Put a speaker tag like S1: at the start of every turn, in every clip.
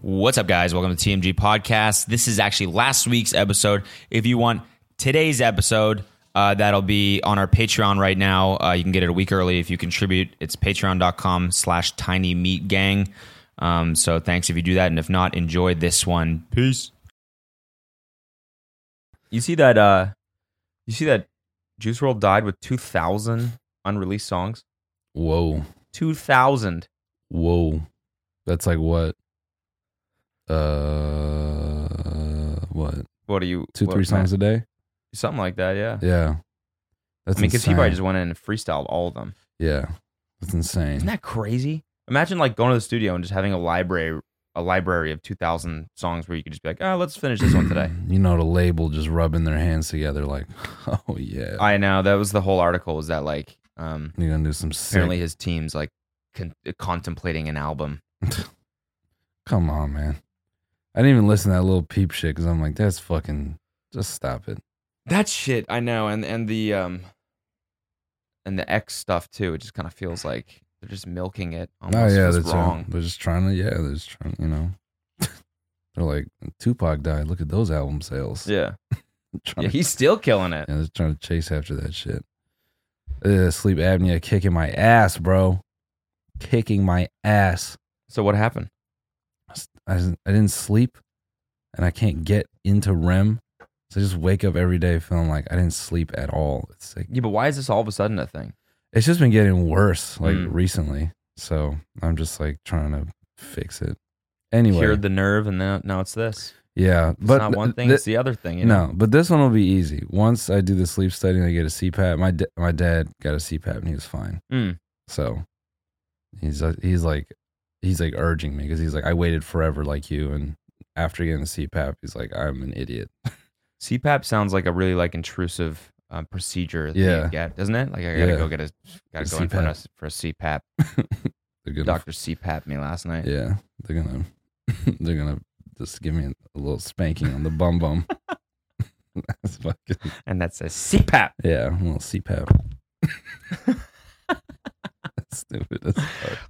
S1: What's up, guys? Welcome to TMG Podcast. This is actually last week's episode. If you want today's episode, uh, that'll be on our Patreon right now. Uh, you can get it a week early if you contribute. It's patreon.com slash tiny meat gang. Um, so thanks if you do that. And if not, enjoy this one. Peace.
S2: You see that? uh You see that? Juice World died with two thousand unreleased songs.
S3: Whoa,
S2: Two thousand.
S3: whoa, that's like what? Uh, what
S2: What are you?
S3: two
S2: what-
S3: three songs a day?
S2: Something like that. Yeah.
S3: Yeah, that's
S2: I mean, because he
S3: insane.
S2: probably just went in and freestyled all of them.
S3: yeah, that's
S2: Isn't
S3: insane.
S2: that crazy? Imagine like going to the studio and just having a library, a library of two thousand songs where you could just be like, oh, let's finish this one today.
S3: you know, the label just rubbing their hands together like, oh yeah,
S2: I know that was the whole article. Was that like, um,
S3: you're gonna do some sick.
S2: apparently his team's like con- contemplating an album.
S3: Come on, man. I didn't even listen to that little peep shit because I'm like, that's fucking. Just stop it.
S2: That shit, I know, and and the um, and the X stuff too. It just kind of feels like they're just milking it. Almost
S3: oh yeah,
S2: It's
S3: that's
S2: wrong.
S3: They're just trying to. Yeah, they're just trying. You know, they're like Tupac died. Look at those album sales.
S2: Yeah,
S3: Trying
S2: yeah,
S3: to
S2: he's still killing it.
S3: Yeah, I was trying to chase after that shit. Ugh, sleep apnea kicking my ass, bro. Kicking my ass.
S2: So what happened?
S3: I, didn't- I didn't sleep and I can't get into REM. So I just wake up every day feeling like I didn't sleep at all. It's like,
S2: Yeah, but why is this all of a sudden a thing?
S3: it's just been getting worse like
S2: Mm.
S3: recently. So I'm just like trying to fix it. Anyway,
S2: Cured the nerve, and now now it's this.
S3: yeah,
S2: It's
S3: but
S2: not one
S3: th-
S2: thing;
S3: th-
S2: it's the other thing. You know?
S3: No, but this one will be easy. Once I do the sleep study and I get a CPAP, my da- my dad got a CPAP and he was fine.
S2: Mm.
S3: So he's uh, he's like he's like urging me because he's like I waited forever like you and after getting a CPAP he's like I'm an idiot.
S2: CPAP sounds like a really like intrusive um, procedure. That yeah,
S3: Yeah.
S2: you get, doesn't it? Like I gotta
S3: Yeah.
S2: go get a gotta go in for a, for a CPAP.
S3: They're gonna
S2: Doctor CPAP me last night.
S3: yeah they're gonna they're gonna just give me a little spanking on the bum bum. That's fucking
S2: And that says CPAP.
S3: yeah, a little CPAP. That's stupid. That's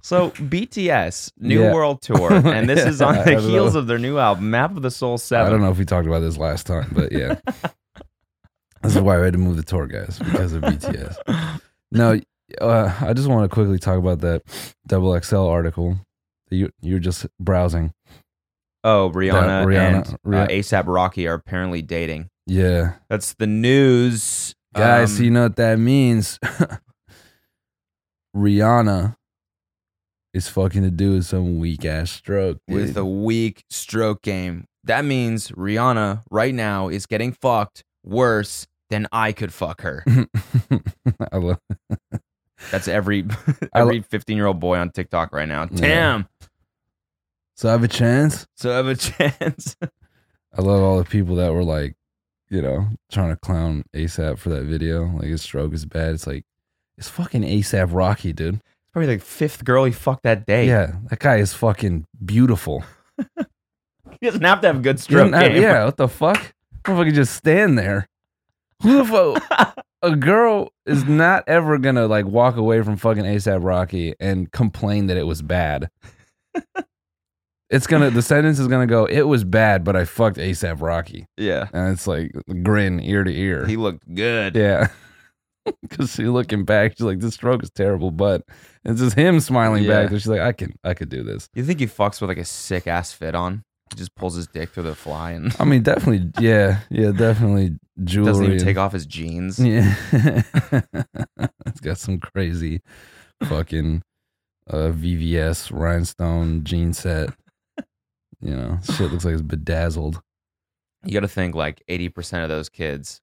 S2: So BTS New
S3: Yeah.
S2: World Tour, and this is on
S3: Yeah, I
S2: the
S3: don't
S2: heels
S3: know.
S2: of their new album, Map of the Soul
S3: I don't
S2: Seven.
S3: know if we talked about this last time, but yeah. this is why we had to move the tour, guys, because of BTS. No, uh, I just want to quickly talk about that double XL article that you, you were just browsing.
S2: Oh, Rihanna,
S3: That Rihanna-
S2: and
S3: Rih-
S2: uh, ASAP Rocky are apparently dating.
S3: Yeah.
S2: That's the news,
S3: Guys,
S2: Um,
S3: so you know what that means? Rihanna is fucking to do with some weak ass stroke.
S2: with
S3: dude.
S2: a weak stroke game. That means Rihanna right now is getting fucked worse than I could fuck her.
S3: I love
S2: That's every
S3: I lo-
S2: every 15 year old boy on TikTok right now.
S3: Yeah.
S2: Damn.
S3: So I have a chance.
S2: So I have a chance.
S3: I love all the people that were like, you know, trying to clown ASAP for that video. Like his stroke is bad. It's like it's fucking ASAP Rocky, dude.
S2: Probably like fifth girl he fucked that day.
S3: Yeah, that guy is fucking beautiful.
S2: He doesn't have to have a good
S3: Didn't
S2: stroke
S3: I-
S2: game.
S3: yeah, what the fuck? If I could just stand there. Who the fuck? a girl is not ever gonna like walk away from fucking ASAP Rocky and complain that it was bad. It's gonna the sentence is gonna go, it was bad, but I fucked ASAP Rocky.
S2: Yeah.
S3: And it's like grin ear to ear.
S2: He looked good.
S3: Yeah. Cause she's looking back, she's like, This stroke is terrible, but it's just him smiling
S2: Yeah.
S3: back. And she's like, I can I could do this.
S2: You think he fucks with like a sick ass fit on? He just pulls his dick through the fly and
S3: I mean, definitely, yeah, yeah, definitely jewelry.
S2: doesn't even
S3: and-
S2: take off his jeans.
S3: Yeah. it's got some crazy fucking uh VVS rhinestone jean set. You know, shit looks like it's bedazzled.
S2: You got to think like 80% of those kids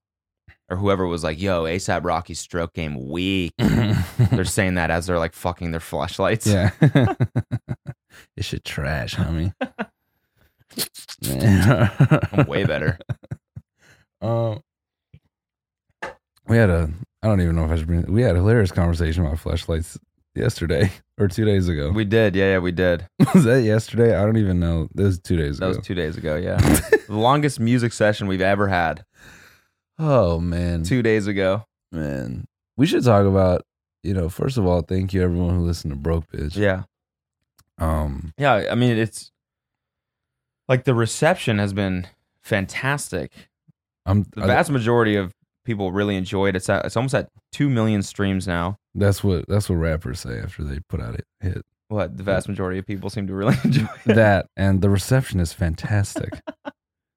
S2: or whoever was like, yo, ASAP Rocky stroke game weak. they're saying that as they're like fucking their flashlights.
S3: Yeah. it should trash, homie.
S2: I'm way better.
S3: Um, we had a I don't even know if I should bring we had a hilarious conversation about flashlights yesterday or two days ago.
S2: We did. Yeah, yeah, we did.
S3: was that yesterday? I don't even know. That was two days
S2: That was
S3: ago.
S2: two days ago. Yeah. the longest music session we've ever had.
S3: oh man,
S2: Two days ago.
S3: man. We should talk about you know. First of all, thank you everyone who listened to Broke Bitch.
S2: Yeah.
S3: Um,
S2: Yeah. I mean, it's like the reception has been fantastic.
S3: I'm
S2: The vast majority of people really enjoy it. It's at, it's almost at two million streams now.
S3: that's what that's what rappers say after they put out a hit.
S2: What the vast majority of people seem to really enjoy it.
S3: That and the reception is fantastic.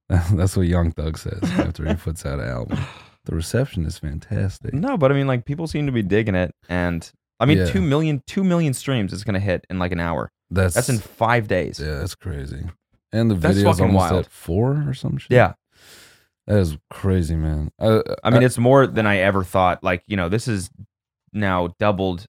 S3: that's what Young Thug says after he puts out an album. The reception is fantastic.
S2: No, but I mean, like people seem to be digging it, and I mean,
S3: Yeah.
S2: two million, two million streams is gonna hit in like an hour.
S3: That's
S2: That's in five days.
S3: yeah, that's crazy. And the
S2: That's
S3: video's
S2: fucking
S3: almost
S2: wild.
S3: at four or some shit.
S2: Yeah.
S3: that is crazy, man. I, uh,
S2: I mean, it's more than I ever thought. Like, you know, this is now doubled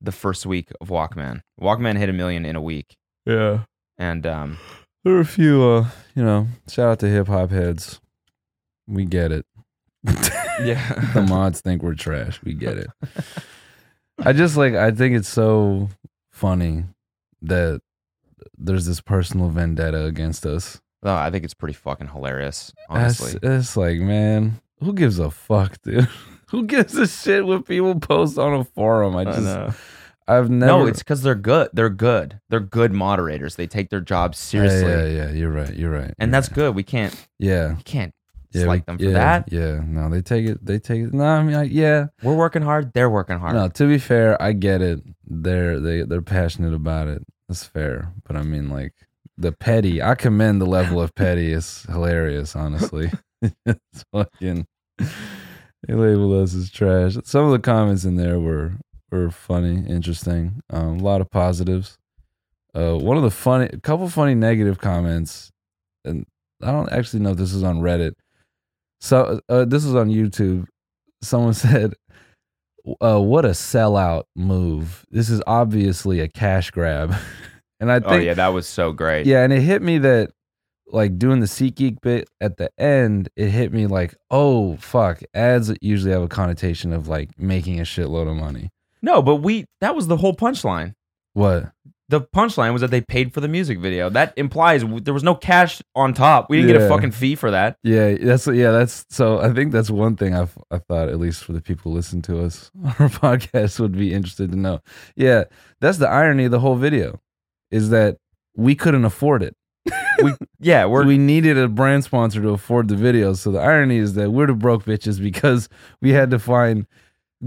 S2: the first week of Walkman. Walkman hit a million in a week,
S3: yeah.
S2: and um,
S3: There are a few, uh, you know, shout out to hip hop heads. We get it. the
S2: yeah,
S3: mods think we're trash. We get it. I just like, I think it's so funny that there's this personal vendetta against us.
S2: no, Oh, I think it's pretty fucking hilarious,
S3: That's-
S2: honestly.
S3: It's, like, man, who gives a fuck, dude? who gives a shit what people post on a forum? I
S2: I
S3: just,
S2: know.
S3: I've never.
S2: No, it's because they're good. They're good. They're good moderators. They take their job
S3: Yeah,
S2: seriously,
S3: Yeah, yeah, you're right. You're right.
S2: and
S3: you're
S2: that's good. We can't,
S3: right. yeah.
S2: we can't
S3: Yeah,
S2: slight
S3: we-
S2: them for
S3: yeah,
S2: that.
S3: Yeah, no, they take it. They take it. No, I mean, like, yeah,
S2: We're working hard. They're working hard.
S3: No, to be fair, I get it. They're they they're passionate about it. That's fair. But I mean, like the petty. I commend the level of petty. It's hilarious, honestly. it's fucking. They labeled us as trash. Some of the comments in there were were funny, interesting. Um, a lot of positives. Uh, one of the funny, a couple funny negative comments, and I don't actually know if this is on Reddit. So uh, this is on YouTube. Someone said, uh, what a sellout move. This is obviously a cash grab. and I think,
S2: oh yeah, that was so great.
S3: yeah, and it hit me that like doing the SeatGeek bit at the end, it hit me like, oh fuck, ads usually have a connotation of like making a shitload of money.
S2: No, but we—that was the whole punchline.
S3: What?
S2: the punchline was that they paid for the music video. That implies w- there was no cash on top. We didn't get
S3: Yeah.
S2: a fucking fee for that.
S3: Yeah, that's yeah, that's so. I think that's one thing I've I thought at least for the people who listen to us, our podcast would be interested to know. Yeah, that's the irony of the whole video, is that we couldn't afford it.
S2: Yeah, we're
S3: we needed a brand sponsor to afford the videos. So the irony is that we're the broke bitches because we had to find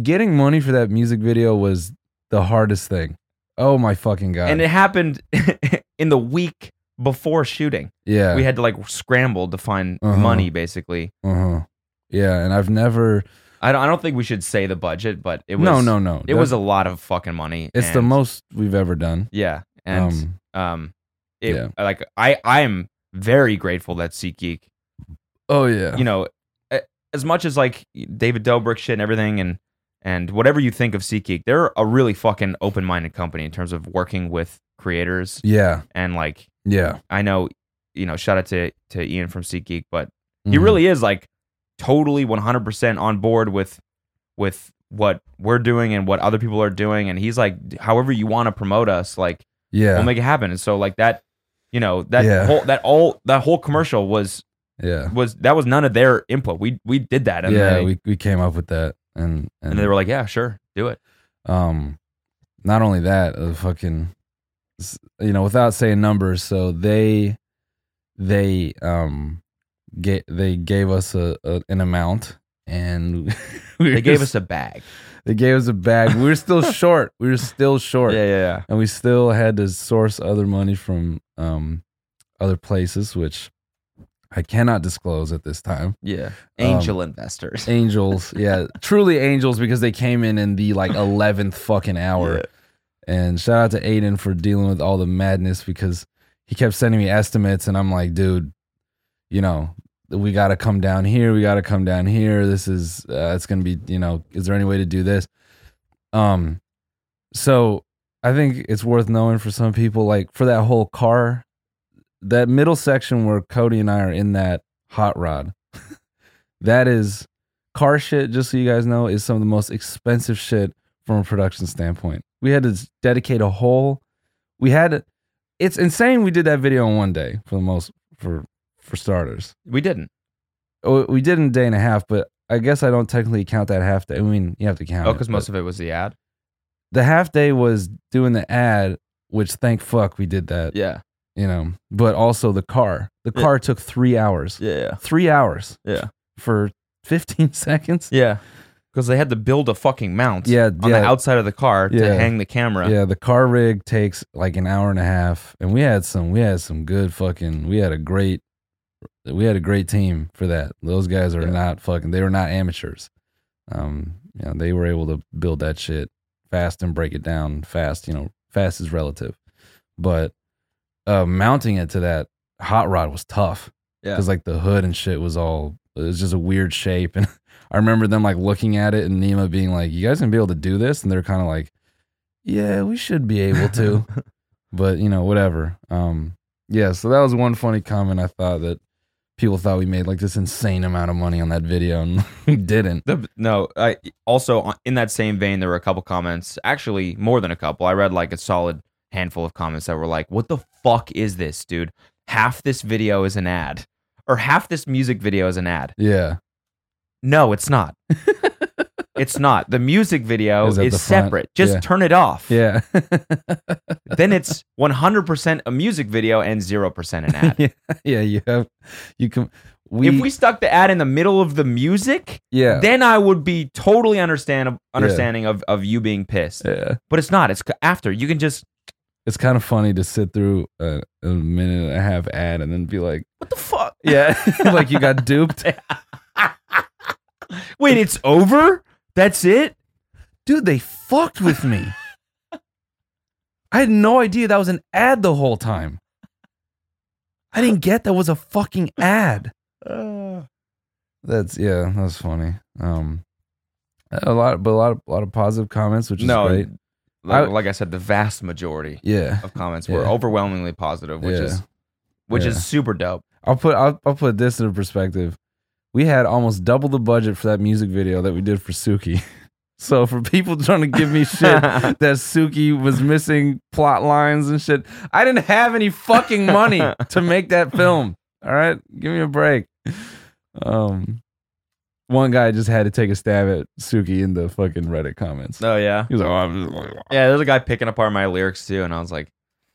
S3: getting money for that music video was the hardest thing. Oh my fucking god!
S2: and it happened in the week before shooting.
S3: yeah,
S2: We had to like scramble to find
S3: Uh-huh.
S2: money. Basically,
S3: uh-huh. yeah, and I've never.
S2: I don't. I don't think we should say the budget, but it was
S3: no, no, no.
S2: It was a lot of fucking money.
S3: It's the
S2: and-
S3: most we've ever done.
S2: Yeah, and um,
S3: um,
S2: it,
S3: yeah.
S2: like I, I am very grateful that SeatGeek
S3: oh yeah,
S2: you know, a- as much as like David Dobrik shit and everything, and and whatever you think of SeatGeek, they're a really fucking open minded company in terms of working with creators.
S3: yeah,
S2: And like,
S3: yeah.
S2: I know, you know, shout out to to Ian from SeatGeek, but
S3: Mm-hmm.
S2: he really is like totally one hundred percent on board with with what we're doing and what other people are doing, and he's like, however you want to promote us, like
S3: yeah,
S2: we'll make it happen. And so like that. You know that
S3: Yeah.
S2: whole that all that whole commercial was
S3: yeah,
S2: was that was none of their input. We we did that. And
S3: yeah.
S2: they,
S3: We we came up with that, and and,
S2: and they were like, "Yeah, sure, do it."
S3: Um, not only that, uh, fucking, s- you know, without saying numbers, so they, they, um, get they gave us a, a an amount, and we
S2: They
S3: were
S2: gave
S3: s-
S2: us a bag.
S3: they gave us a bag. We were still short. We were still short,
S2: yeah.
S3: and we still had to source other money from um other places, which I cannot disclose at this time.
S2: Yeah.
S3: Angel
S2: Angel investors.
S3: angels yeah truly angels because they came in in the like 11th fucking hour
S2: Yeah.
S3: and shout out to aiden for dealing with all the madness because he kept sending me estimates and i'm like dude you know we gotta come down here we gotta come down here this is uh, it's gonna be you know is there any way to do this um so i think it's worth knowing for some people like for that whole car that middle section where cody and i are in that hot rod that is car shit just so you guys know is some of the most expensive shit from a production standpoint we had to s- dedicate a whole we had it's insane we did that video in one day for the most for for starters
S2: We didn't.
S3: Oh, we did in a day and a half but i guess i don't technically count that half day i mean you have to count
S2: Oh,
S3: it,
S2: because
S3: but-
S2: most of it was the ad.
S3: the half day was doing the ad which thank fuck we did that
S2: Yeah.
S3: you know, but also the car. The
S2: Yeah.
S3: car took three hours.
S2: Yeah.
S3: Three hours.
S2: Yeah.
S3: For 15 seconds.
S2: Yeah. Because they had to build a fucking mount
S3: Yeah.
S2: on
S3: yeah.
S2: the outside of the car
S3: Yeah.
S2: to hang the camera.
S3: Yeah, the car rig takes like an hour and a half, and we had some we had some good fucking we had a great we had a great team for that. Those guys are
S2: Yeah.
S3: not fucking they were not amateurs. Um, you know, they were able to build that shit fast and break it down fast, you know, fast is relative. But uh mounting it to that hot rod was tough.
S2: Yeah.
S3: Cuz like the hood and shit was all it was just a weird shape and I remember them like looking at it and Nima being like, "You guys gonna be able to do this?" And they're kind of like, "Yeah, we should be able to," but you know, whatever. Um, yeah. So that was one funny comment I thought that people thought we made like this insane amount of money on that video, and we didn't.
S2: The, no, I, also on- in that same vein, there were a couple comments, actually more than a couple. I read like a solid handful of comments that were like, "What the fuck is this, dude? Half this video is an ad, or half this music video is an ad."
S3: Yeah,
S2: No, it's not. it's not. The music video is,
S3: Is at the front.
S2: separate. Just
S3: Yeah.
S2: turn it off.
S3: yeah,
S2: Then it's 100% a music video and 0% an ad.
S3: yeah. You have you can we,
S2: if we stuck the ad in the middle of the music,
S3: yeah
S2: then I would be totally understand understanding of, of you being pissed.
S3: yeah.
S2: But it's not. It's c- after. You can just
S3: It's kind of funny to sit through a, a minute and a half ad and then be like,
S2: what the fuck?
S3: yeah, like you got duped.
S2: Wait, it's over? That's it?
S3: dude, they fucked with me. I had no idea that was an ad the whole time. I didn't get that was a fucking ad. That's yeah, that was funny. Um, a lot, but a lot of a lot of positive comments, which is
S2: No,
S3: great.
S2: Like,
S3: I-
S2: like I said, the vast majority
S3: Yeah,
S2: of comments were
S3: Yeah.
S2: overwhelmingly positive, which
S3: Yeah.
S2: is which
S3: Yeah.
S2: is super dope.
S3: I'll put I'll, I'll put this into perspective. We had almost double the budget for that music video that we did for Suki. So for people trying to give me shit that Suki was missing plot lines and shit, I didn't have any fucking money to make that film. All right, give me a break. Um, one guy just had to take a stab at Suki in the fucking Reddit comments.
S2: oh yeah.
S3: He was like, oh, I'm-
S2: Yeah, there's a guy picking apart my lyrics too, and I was like,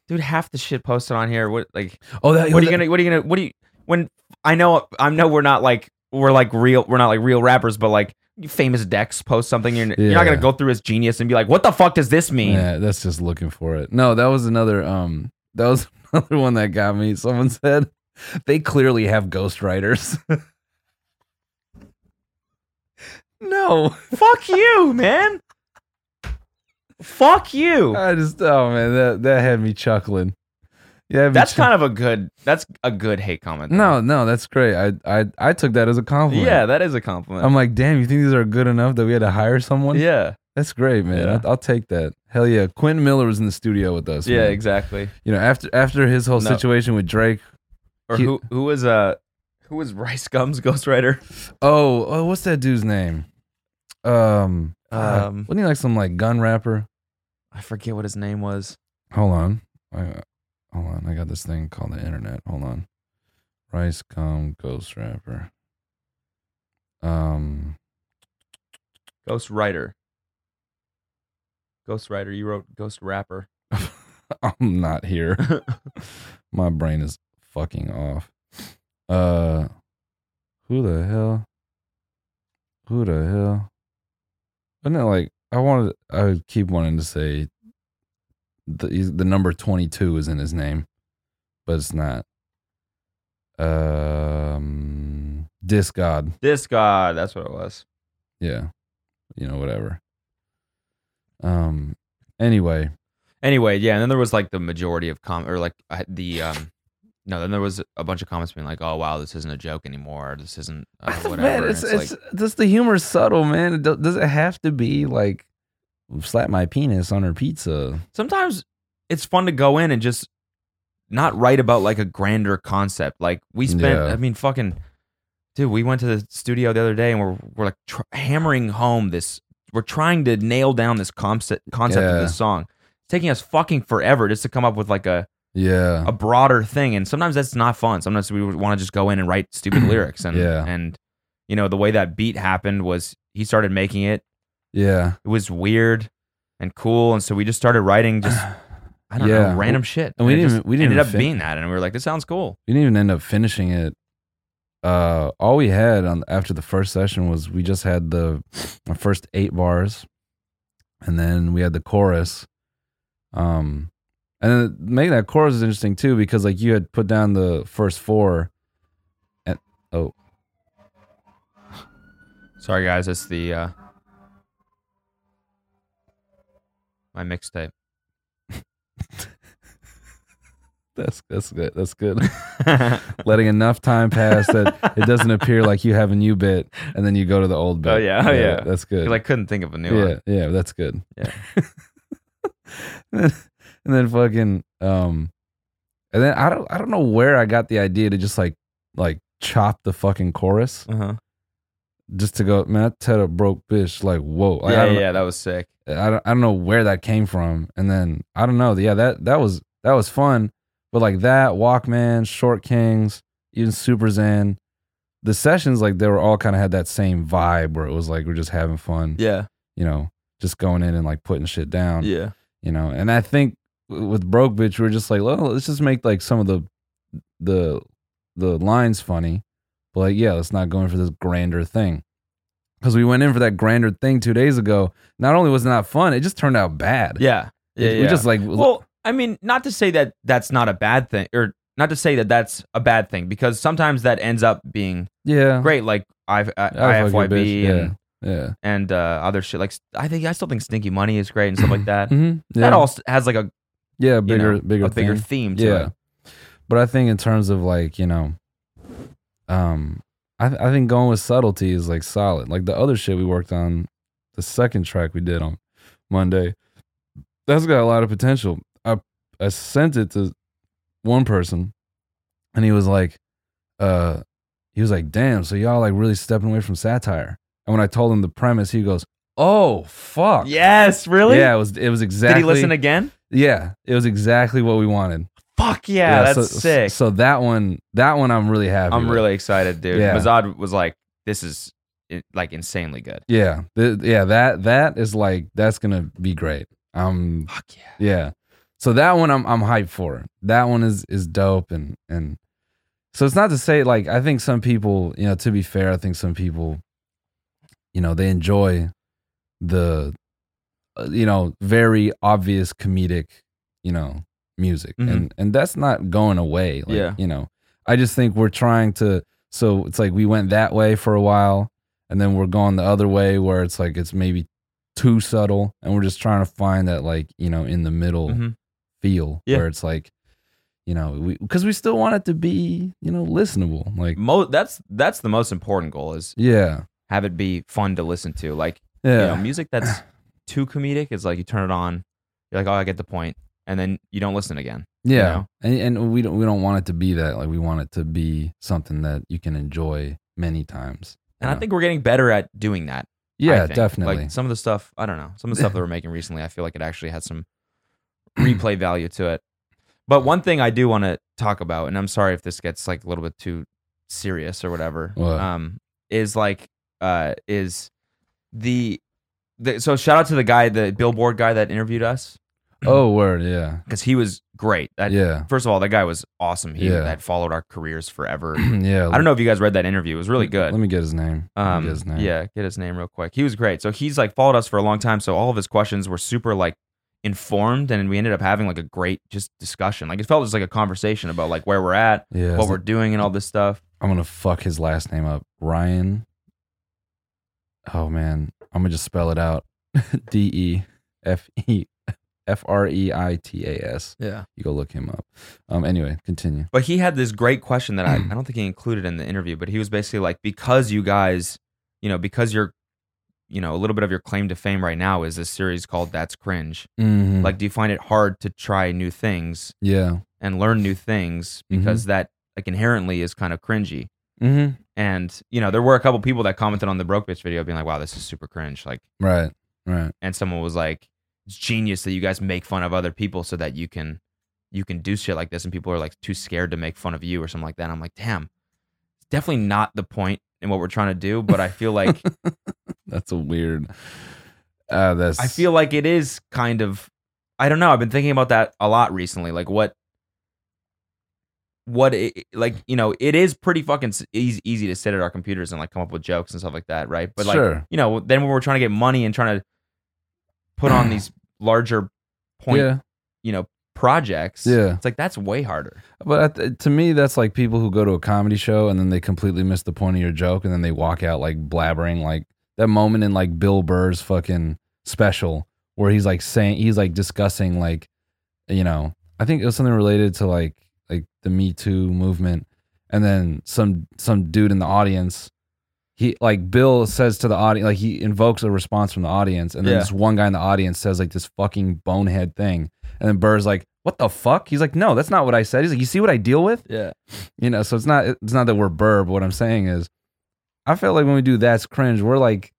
S2: dude, half the shit posted on here. What like
S3: oh, that,
S2: what are you gonna what are you gonna what do you when I know I know we're not like we're like real we're not like real rappers, but like famous Dex post something, you're, you're not
S3: Yeah.
S2: gonna go through his genius and be like, what the fuck does this mean?
S3: Yeah, that's just looking for it. No, that was another um that was another one that got me. Someone said they clearly have ghostwriters. no.
S2: Fuck you, man. Fuck you.
S3: I just oh man, that that had me chuckling. Yeah,
S2: That's kind of a good. That's a good hate comment.
S3: No, no, that's great. I I I took that as a compliment.
S2: Yeah, that is a compliment.
S3: I'm like, "Damn, you think these are good enough that we had to hire someone?"
S2: yeah.
S3: That's great, man.
S2: Yeah.
S3: I'll, I'll take that. Hell yeah. Quentin Miller was in the studio with us.
S2: Yeah.
S3: man.
S2: Exactly.
S3: You know, after after his whole
S2: No.
S3: situation with Drake,
S2: Or
S3: He-
S2: who? Who was uh? Who was Rice Gum's ghostwriter?
S3: Oh, oh, what's that dude's name? Um,
S2: Um,
S3: um wasn't he like some like gun rapper?
S2: I forget what his name was.
S3: Hold on, I, hold on, I got this thing called the internet. Hold on, Rice Gum Ghost Rapper. Um,
S2: Ghostwriter. Ghostwriter. You wrote Ghost Rapper.
S3: I'm not here. My brain is fucking off. Uh, who the hell? Who the hell? Isn't it like I wanted? I would keep wanting to say the he's- the number twenty two is in his name, but it's not. Um, discod.
S2: This God. That's what it was.
S3: Yeah, you know whatever. Um. Anyway,
S2: Anyway, yeah. And then there was like the majority of com or like I- the um. No, then there was a bunch of comments being like, "Oh wow, this isn't a joke anymore. This isn't uh,
S3: Man,
S2: whatever." and
S3: it's,
S2: it's like-
S3: it's, just the humor's subtle, man. It do- does it have to be like slap my penis on her pizza?
S2: sometimes it's fun to go in and just not write about like a grander concept. Like we spent,
S3: Yeah.
S2: I mean, fucking, dude, we went to the studio the other day and we're we're like tr- hammering home this. We're trying to nail down this concept concept of
S3: Yeah.
S2: this song. It's taking us fucking forever just to come up with like a,
S3: Yeah,
S2: a broader thing, and sometimes that's not fun. Sometimes we want to just go in and write stupid lyrics, and
S3: Yeah.
S2: and you know the way that beat happened was he started making it.
S3: yeah,
S2: It was weird and cool, and so we just started writing just I don't
S3: Yeah.
S2: know, random shit.
S3: And we
S2: it
S3: didn't
S2: just
S3: even- we didn't
S2: ended
S3: even
S2: up
S3: fin-
S2: being that, and we were like, this sounds cool.
S3: We didn't even end up finishing it. Uh, all we had on after the first session was we just had the my first eight bars, and then we had the chorus. Um, and then making that chorus is interesting too because like you had put down the first four, and oh
S2: Sorry guys, it's the uh, my mixtape.
S3: that's that's good that's good. Letting enough time pass that it doesn't appear like you have a new bit, and then you go to the old bit.
S2: Oh, yeah. Oh, yeah.
S3: that's good.
S2: I couldn't think of a new
S3: yeah,
S2: one.
S3: Yeah, that's good.
S2: Yeah.
S3: and then fucking um and then I don't I don't know where I got the idea to just like like chop the fucking chorus
S2: Uh-huh.
S3: just to go man that Ted a broke bitch like whoa like, I
S2: yeah,
S3: don't
S2: yeah, that was sick.
S3: I don't I don't know where that came from and then I don't know yeah that that was that was fun but like that Walkman Short Kings even Super Zen the sessions like they were all kind of had that same vibe where it was like we're just having fun
S2: Yeah,
S3: you know, just going in and like putting shit down,
S2: yeah,
S3: you know. And I think w- with broke bitch, we are just like, well, let's just make like some of the the the lines funny, but like, yeah, let's not go in for this grander thing because we went in for that grander thing two days ago. Not only was it not fun, it just turned out bad.
S2: yeah, yeah.
S3: It- we
S2: yeah.
S3: just like
S2: well, I mean, not to say that that's not a bad thing, or not to say that that's a bad thing, because sometimes that ends up being
S3: yeah,
S2: great. Like I, I,
S3: Uh-huh. That was fucking
S2: IFYB
S3: bitch,
S2: and
S3: yeah, yeah,
S2: and uh, other shit. Like I think I still think Stinky Money is great and stuff like that.
S3: mm-hmm. yeah,
S2: That all s- has like a
S3: yeah,
S2: you
S3: bigger,
S2: know,
S3: bigger,
S2: a bigger theme
S3: thing.
S2: to
S3: yeah
S2: it.
S3: but i think in terms of like you know um I, th- I think going with subtlety is like solid like the other shit we worked on the second track we did on monday that's got a lot of potential i i sent it to one person and he was like uh he was like damn so y'all like really stepping away from satire and when i told him the premise he goes oh fuck
S2: Yes, really.
S3: yeah it was it was
S2: Did
S3: exactly
S2: he listen again?
S3: yeah it was exactly what we wanted
S2: Fuck yeah, that's
S3: so,
S2: sick.
S3: So that one, that one, I'm really happy.
S2: I'm
S3: with.
S2: really excited, dude.
S3: Yeah.
S2: Mazad was like, "This is i- like insanely good."
S3: yeah, Th- yeah. That that is like that's gonna be great. Um,
S2: Fuck yeah.
S3: yeah. So that one, I'm I'm hyped for. That one is is dope, and and so it's not to say like I think some people, you know, to be fair, I think some people, you know, they enjoy the, uh, you know, very obvious comedic, you know, music,
S2: Mhm.
S3: and and that's not going away. Like,
S2: Yeah.
S3: You know, I just think we're trying to. So it's like we went that way for a while, and then we're going the other way where it's like it's maybe too subtle, and we're just trying to find that like you know in the middle
S2: Mhm.
S3: feel
S2: Yeah.
S3: where it's like you know because we, still want it to be you know listenable like
S2: Mo- that's that's the most important goal is
S3: yeah
S2: have it be fun to listen to. Like
S3: yeah
S2: you know, music that's too comedic is like you turn it on, you're like, oh, I get the point, and then you don't listen again.
S3: yeah
S2: know?
S3: and, and we don't we don't want it to be that like we want it to be something that you can enjoy many times
S2: And I
S3: Yeah.
S2: think we're getting better at doing that. I
S3: yeah
S2: think.
S3: definitely
S2: Like some of the stuff, I don't know, some of the stuff that we're making recently, I feel like it actually had some replay value to it. But one thing I do want to talk about, and I'm sorry if this gets like a little bit too serious or whatever,
S3: What?
S2: um, is like uh, is the, the so shout out to the guy, the Billboard guy that interviewed us
S3: oh word yeah
S2: because he was great. That
S3: yeah
S2: First of all, that guy was awesome. He
S3: Yeah.
S2: had followed our careers forever. I
S3: yeah
S2: don't know if you guys read that interview. It was really good.
S3: let me get his name Let me
S2: um,
S3: get his name.
S2: Yeah, get his name real quick. He was great. So he's like followed us for a long time. So all of his questions were super like informed, and we ended up having like a great just discussion. Like it felt just like a conversation about like where we're at,
S3: yeah
S2: what we're doing, and all this stuff.
S3: I'm gonna fuck his last name up. Ryan. Oh man, I'm gonna just spell it out. D E F E F R E I T A S.
S2: Yeah.
S3: You go look him up. Um. Anyway, continue.
S2: But he had this great question that I, I don't think he included in the interview, but he was basically like, because you guys, you know, because you're, you know, a little bit of your claim to fame right now is this series called That's Cringe.
S3: Mhm.
S2: Like, do you find it hard to try new things
S3: yeah.
S2: and learn new things because that like inherently is kind of cringy.
S3: Mm-hmm.
S2: And you know, there were a couple people that commented on the broke bitch video being like, "Wow, this is super cringe." Like,
S3: Right. Right.
S2: and someone was like, "It's genius that you guys make fun of other people so that you can you can do shit like this." And people are like too scared to make fun of you or something like that. And I'm like, damn, it's definitely not the point in what we're trying to do. But I feel like
S3: That's a weird. Uh, that's.
S2: I feel like it is kind of. I don't know. I've been thinking about that a lot recently. Like what, what, it, like you know, it is pretty fucking s- easy, easy to sit at our computers and like come up with jokes and stuff like that, right? But like
S3: Sure.
S2: you know, then when we're trying to get money and trying to put on these larger point,
S3: yeah,
S2: you know, projects,
S3: Yeah.
S2: it's like that's way harder.
S3: but I th- to me, that's like people who go to a comedy show and then they completely miss the point of your joke, and then they walk out like blabbering, like that moment in like Bill Burr's fucking special where he's like saying he's like discussing like you know I think it was something related to like like the Me Too movement, and then some some dude in the audience. He like Bill says to the audience, like he invokes a response from the audience, and then
S2: Yeah.
S3: this one guy in the audience says like this fucking bonehead thing, and then Burr's like, "What the fuck?" He's like, "No, that's not what I said." He's like, "You see what I deal with?"
S2: Yeah.
S3: You know, so it's not it's not that we're Burr, but what I'm saying is, I feel like when we do that's cringe, we're like,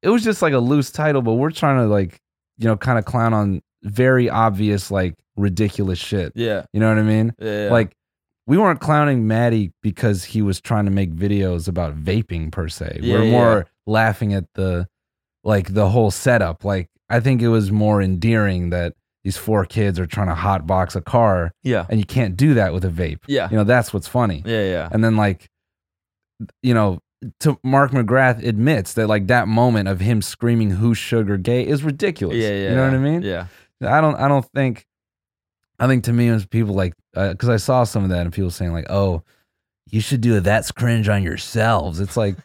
S3: it was just like a loose title, but we're trying to like, you know, kind of clown on very obvious like ridiculous shit.
S2: Yeah.
S3: You know what I mean?
S2: Yeah.
S3: Like we weren't clowning Maddie because he was trying to make videos about vaping per se.
S2: Yeah,
S3: we're
S2: yeah.
S3: more laughing at the like the whole setup. Like I think it was more endearing that these four kids are trying to hotbox a car
S2: yeah.
S3: and you can't do that with a vape.
S2: Yeah.
S3: You know, that's what's funny.
S2: Yeah. Yeah.
S3: And then like you know, to Mark McGrath admits that like that moment of him screaming who's sugar gay is ridiculous.
S2: Yeah. Yeah.
S3: You know what I mean?
S2: Yeah.
S3: I don't I don't think I think to me it was people like because I saw some of that and people saying like oh you should do a that's cringe on yourselves it's like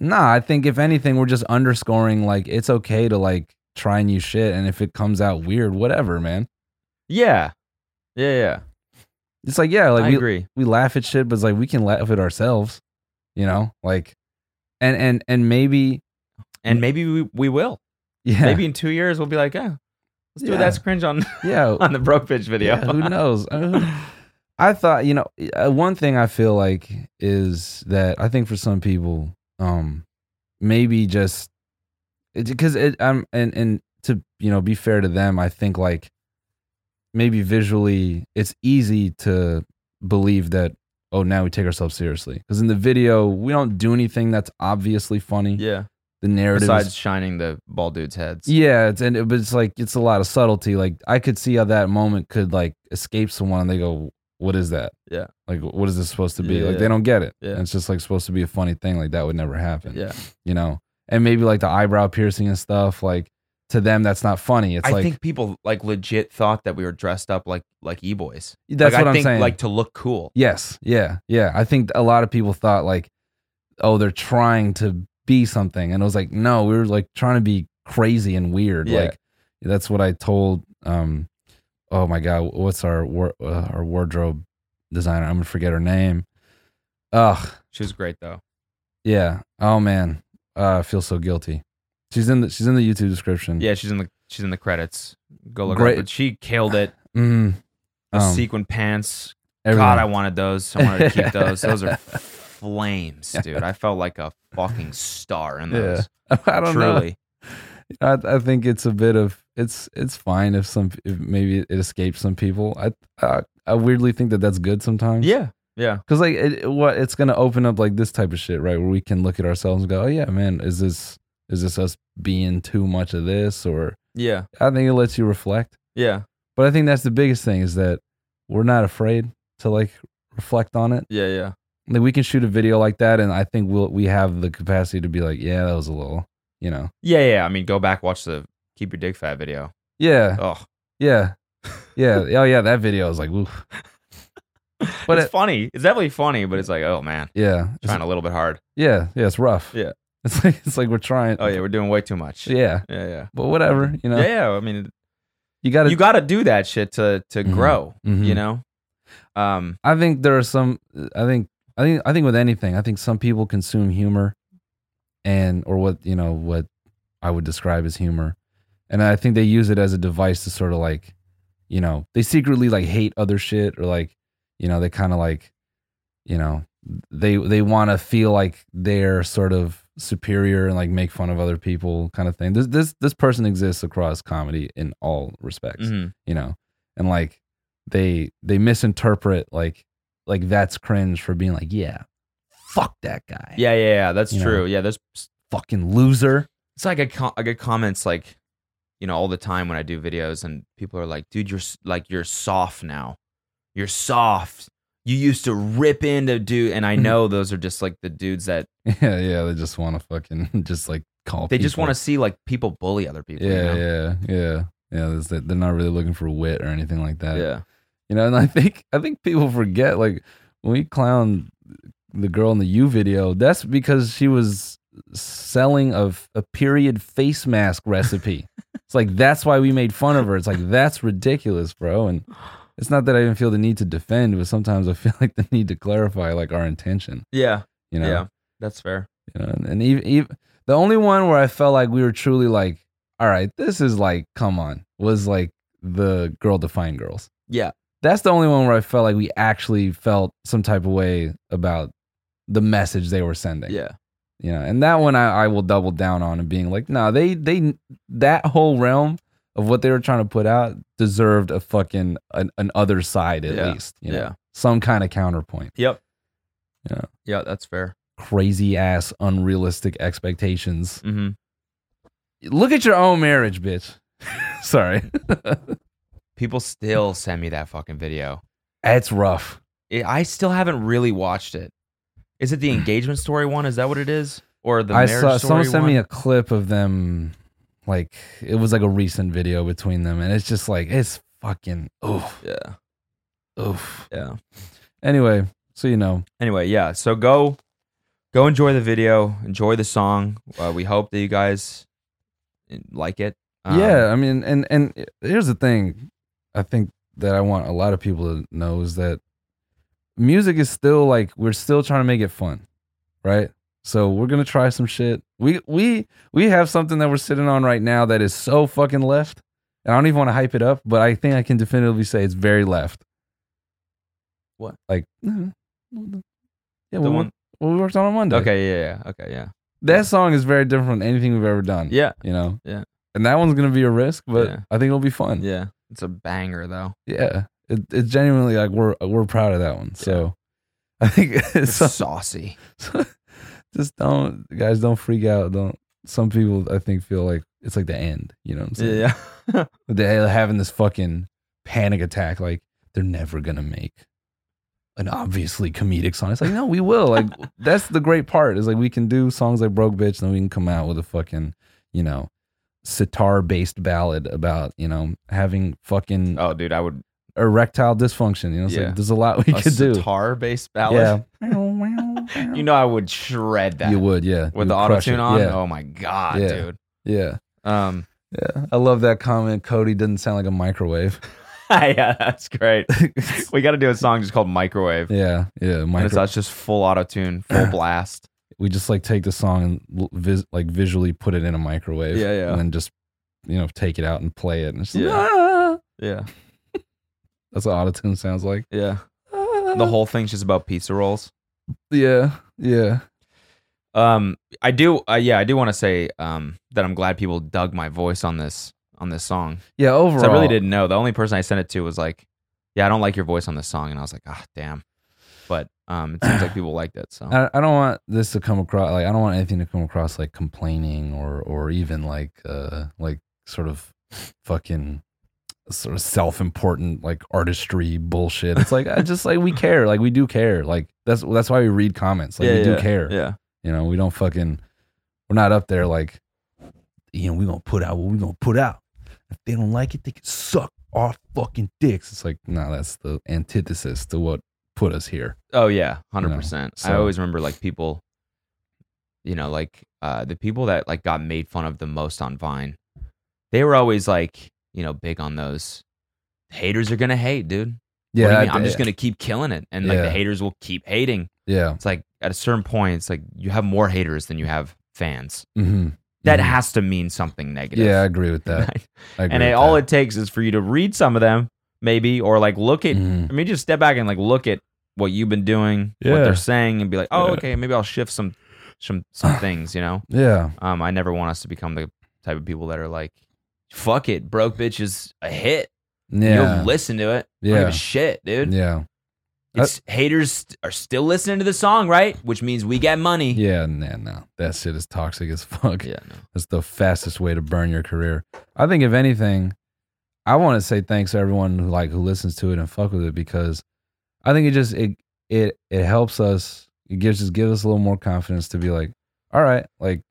S3: nah I think if anything we're just underscoring like it's okay to like try new shit and if it comes out weird whatever man
S2: Yeah. Yeah. Yeah.
S3: it's like yeah like
S2: I
S3: we,
S2: agree.
S3: we laugh at shit, but it's like we can laugh at ourselves, you know? Like, and and and maybe
S2: And maybe we, we will.
S3: yeah,
S2: Maybe in two years we'll be like, yeah, let's do
S3: Yeah.
S2: a that's cringe on
S3: yeah,
S2: on the broke bitch video.
S3: yeah, Who knows? I, mean, I thought you know uh, one thing I feel like is that I think for some people, um, maybe just because it, I'm and and to you know be fair to them, I think like maybe visually it's easy to believe that oh now we take ourselves seriously because in the video we don't do anything that's obviously funny.
S2: yeah.
S3: the narrative.
S2: Besides
S3: is,
S2: shining the bald dude's heads.
S3: yeah, it's, and it, but it's like it's a lot of subtlety. Like I could see how that moment could like escape someone, and they go, "What is that?
S2: Yeah.
S3: like what is this supposed to be? Like
S2: Yeah.
S3: they don't get it.
S2: Yeah.
S3: And it's just like supposed to be a funny thing. Like that would never happen.
S2: Yeah.
S3: you know. And maybe like the eyebrow piercing and stuff. Like to them, that's not funny. It's
S2: I
S3: like
S2: think people like legit thought that we were dressed up like like e boys.
S3: that's
S2: like,
S3: what
S2: I
S3: am
S2: think
S3: saying.
S2: like to look cool.
S3: yes, yeah, yeah. I think a lot of people thought like, oh, they're trying to be something, and it was like, no, we were like trying to be crazy and weird.
S2: Yeah.
S3: Like that's what I told. um Oh my god, what's our war, uh, our wardrobe designer? I'm gonna forget her name. Ugh,
S2: She was great though.
S3: yeah. Oh man, uh, I feel so guilty. She's in the she's in the YouTube description.
S2: Yeah, she's in the she's in the credits. Go look her up.
S3: Mm. Great.
S2: But she killed it.
S3: Mm,
S2: The
S3: Um,
S2: sequin pants.
S3: everything.
S2: God, I wanted those. I wanted to keep those. Those are flames, dude. I felt like a fucking star in those.
S3: I don't know.
S2: Truly.
S3: I, I think it's a bit of it's it's fine if some if maybe it escapes some people. I I, I weirdly think that that's good sometimes.
S2: Yeah. Yeah.
S3: because like it, what it's gonna open up like this type of shit, right? Where we can look at ourselves and go, oh yeah, man, is this is this us being too much of this? Or
S2: Yeah.
S3: I think it lets you reflect.
S2: Yeah.
S3: But I think that's the biggest thing is that we're not afraid to like reflect on it.
S2: Yeah. Yeah.
S3: Like we can shoot a video like that, and I think we'll we have the capacity to be like, yeah, that was a little, you know,
S2: Yeah. Yeah. I mean, go back, watch the Keep Your Dick Fat video.
S3: yeah,
S2: Oh,
S3: Yeah. Yeah. oh yeah, that video is like oof. But
S2: but it's
S3: it-
S2: funny. It's definitely funny, but it's like, oh man,
S3: Yeah. It's-
S2: trying a little bit hard.
S3: yeah, yeah, it's rough.
S2: Yeah.
S3: It's like it's like we're trying
S2: Oh yeah, we're doing way too much.
S3: Yeah.
S2: Yeah. Yeah.
S3: But whatever, you know.
S2: Yeah. I mean,
S3: You gotta
S2: you got to do that shit to to
S3: Mhm.
S2: grow.
S3: Mhm.
S2: You know. Um.
S3: I think there are some I think I think I think with anything, I think some people consume humor and or what you know, what I would describe as humor. And I think they use it as a device to sort of like, you know, they secretly like hate other shit or like, you know, they kind of like, you know, they they want to feel like they're sort of superior and like make fun of other people kind of thing. This this this person exists across comedy in all respects
S2: mhm.
S3: you know and like they they misinterpret like like that's cringe for being like yeah fuck that guy
S2: Yeah. Yeah. Yeah. That's
S3: You know.
S2: true. Yeah. There's
S3: fucking loser
S2: it's like a com- like a comments like you know, all the time when I do videos and people are like, dude, you're s- like, you're soft now. You're soft. You used to rip into dude. And
S3: Mm-hmm.
S2: I know those are just like the dudes that
S3: Yeah, yeah. They just want to fucking just like call.
S2: they just
S3: people.
S2: want to see like people bully other people. you
S3: Yeah,
S2: know?
S3: yeah, yeah, yeah. that's it. They're not really looking for wit or anything like that.
S2: Yeah.
S3: You know, and I think I think people forget like when we clown the girl in the U video, that's because she was selling a, a period face mask recipe. it's like that's why we made fun of her. It's like that's ridiculous, bro. And it's not that I didn't feel the need to defend, but sometimes I feel like the need to clarify like our intention.
S2: Yeah.
S3: You know,
S2: Yeah. That's fair.
S3: you know, and, and even, even the only one where I felt like we were truly like, all right, this is like, come on, was like the girl define girls.
S2: Yeah.
S3: That's the only one where I felt like we actually felt some type of way about the message they were sending.
S2: Yeah.
S3: You know, and that one I, I will double down on and being like, nah, they they that whole realm of what they were trying to put out deserved a fucking an, an other side at
S2: Yeah.
S3: least. You know?
S2: Yeah.
S3: Some kind of counterpoint.
S2: Yep.
S3: Yeah.
S2: Yeah. That's fair.
S3: Crazy ass unrealistic expectations.
S2: Mm-hmm.
S3: look at your own marriage, bitch. Sorry.
S2: People still send me that fucking video.
S3: That's rough.
S2: It, I still haven't really watched it. Is it the engagement story one? Is that what it is? Or the
S3: I
S2: marriage
S3: saw
S2: story
S3: someone sent
S2: one?
S3: me a clip of them like it was like a recent video between them and it's just like it's fucking oof.
S2: Yeah.
S3: Oof.
S2: Yeah.
S3: Anyway, so you know.
S2: anyway yeah so go go enjoy the video enjoy the song uh, we hope that you guys eh, like it Um,
S3: yeah, I mean and and here's the thing I think that I want a lot of people to know is that music is still like we're still trying to make it fun, right? So we're gonna try some shit. We we we have something that we're sitting on right now that is so fucking left, and I don't even want to hype it up, but I think I can definitively say it's very left.
S2: What?
S3: Like, mm, yeah,
S2: the
S3: we,
S2: one
S3: one. we worked on on Monday.
S2: okay yeah yeah okay yeah
S3: that song is very different from anything we've ever done.
S2: yeah
S3: you know.
S2: Yeah.
S3: and that one's gonna be a risk, but
S2: Yeah.
S3: I think it'll be fun.
S2: yeah it's a banger though
S3: Yeah, it, it's genuinely like we're we're proud of that one. So I think
S2: it's
S3: so,
S2: saucy
S3: just don't guys don't freak out. Don't some people I think feel like it's like the end. You know what I'm saying?
S2: yeah
S3: They're having this fucking panic attack. Like they're never gonna make an obviously comedic song. It's like no, we will. Like that's the great part is like we can do songs like Broke Bitch, and then we can come out with a fucking you know sitar based ballad about you know having fucking
S2: oh dude i would
S3: erectile dysfunction. You know, it's
S2: Yeah.
S3: like there's a lot we
S2: a
S3: could do.
S2: sitar based ballad
S3: Yeah.
S2: you know i would shred that
S3: you would, yeah.
S2: with the
S3: You would
S2: auto
S3: crush it.
S2: tune on
S3: Yeah.
S2: oh my god
S3: Yeah.
S2: dude
S3: yeah.
S2: um
S3: Yeah. I love that comment. Cody doesn't sound like a microwave.
S2: yeah that's great we got to do a song just called microwave
S3: yeah. Yeah.
S2: and it's
S3: Micro-
S2: that's just full auto tune full blast
S3: we just like take the song and l- vis- like visually put it in a microwave.
S2: Yeah, yeah.
S3: And then just, you know, take it out and play it. And it's
S2: Yeah.
S3: yeah. ah!
S2: yeah
S3: That's what auto tune sounds like.
S2: yeah
S3: Ah.
S2: the whole thing's just about pizza rolls.
S3: Yeah. Yeah.
S2: Um, I do, uh, yeah, I do want to say um that I'm glad people dug my voice on this on this song.
S3: Yeah.
S2: 'Cause
S3: Overall,
S2: I really didn't know. The only person I sent it to was like, "Yeah, I don't like your voice on this song," and I was like, "Ah, damn." But um, it seems like people liked it. So
S3: I, I don't want this to come across like I don't want anything to come across like complaining or or even like uh like sort of fucking sort of self-important like artistry bullshit. It's like I just like we care, like we do care. Like that's that's why we read comments. Like
S2: yeah,
S3: we do
S2: yeah,
S3: care.
S2: Yeah,
S3: You know, we don't fucking we're not up there like you know, we gonna put out what we gonna put out. If they don't like it, they can suck our fucking dicks. It's like, nah, that's the antithesis to what put us here.
S2: Oh yeah, hundred percent. I
S3: so-
S2: always remember like people, you know, like uh, the people that like got made fun of the most on Vine. They were always like, you know, big on those. Haters are gonna hate, dude. What do you mean? I'm just gonna keep killing it, and like the
S3: Yeah.
S2: haters will keep hating.
S3: Yeah.
S2: It's like at a certain point, it's like you have more haters than you have fans.
S3: Mm-hmm.
S2: That has to mean something negative.
S3: Yeah, I agree with that. I agree
S2: and it,
S3: with
S2: all
S3: that.
S2: it takes is for you to read some of them, maybe, or like look at.
S3: Mhm.
S2: I mean, just step back and like look at what you've been doing, what
S3: Yeah.
S2: they're saying, and be like, oh,
S3: Yeah.
S2: okay, maybe I'll shift some, some, some things. You know,
S3: yeah,
S2: um, I never want us to become the type of people that are like, fuck it, broke bitch is a hit.
S3: yeah,
S2: You'll listen to it. I don't give
S3: yeah,
S2: a shit, dude.
S3: yeah.
S1: It's haters st- are still listening to the song, right? Which means we get money.
S3: Yeah, nah, no. That shit is toxic as fuck.
S1: Yeah, no.
S3: That's the fastest way to burn your career. I think if anything, I want to say thanks to everyone who like who listens to it and fuck with it because I think it just it it it helps us. It gives just gives us a little more confidence to be like, all right, like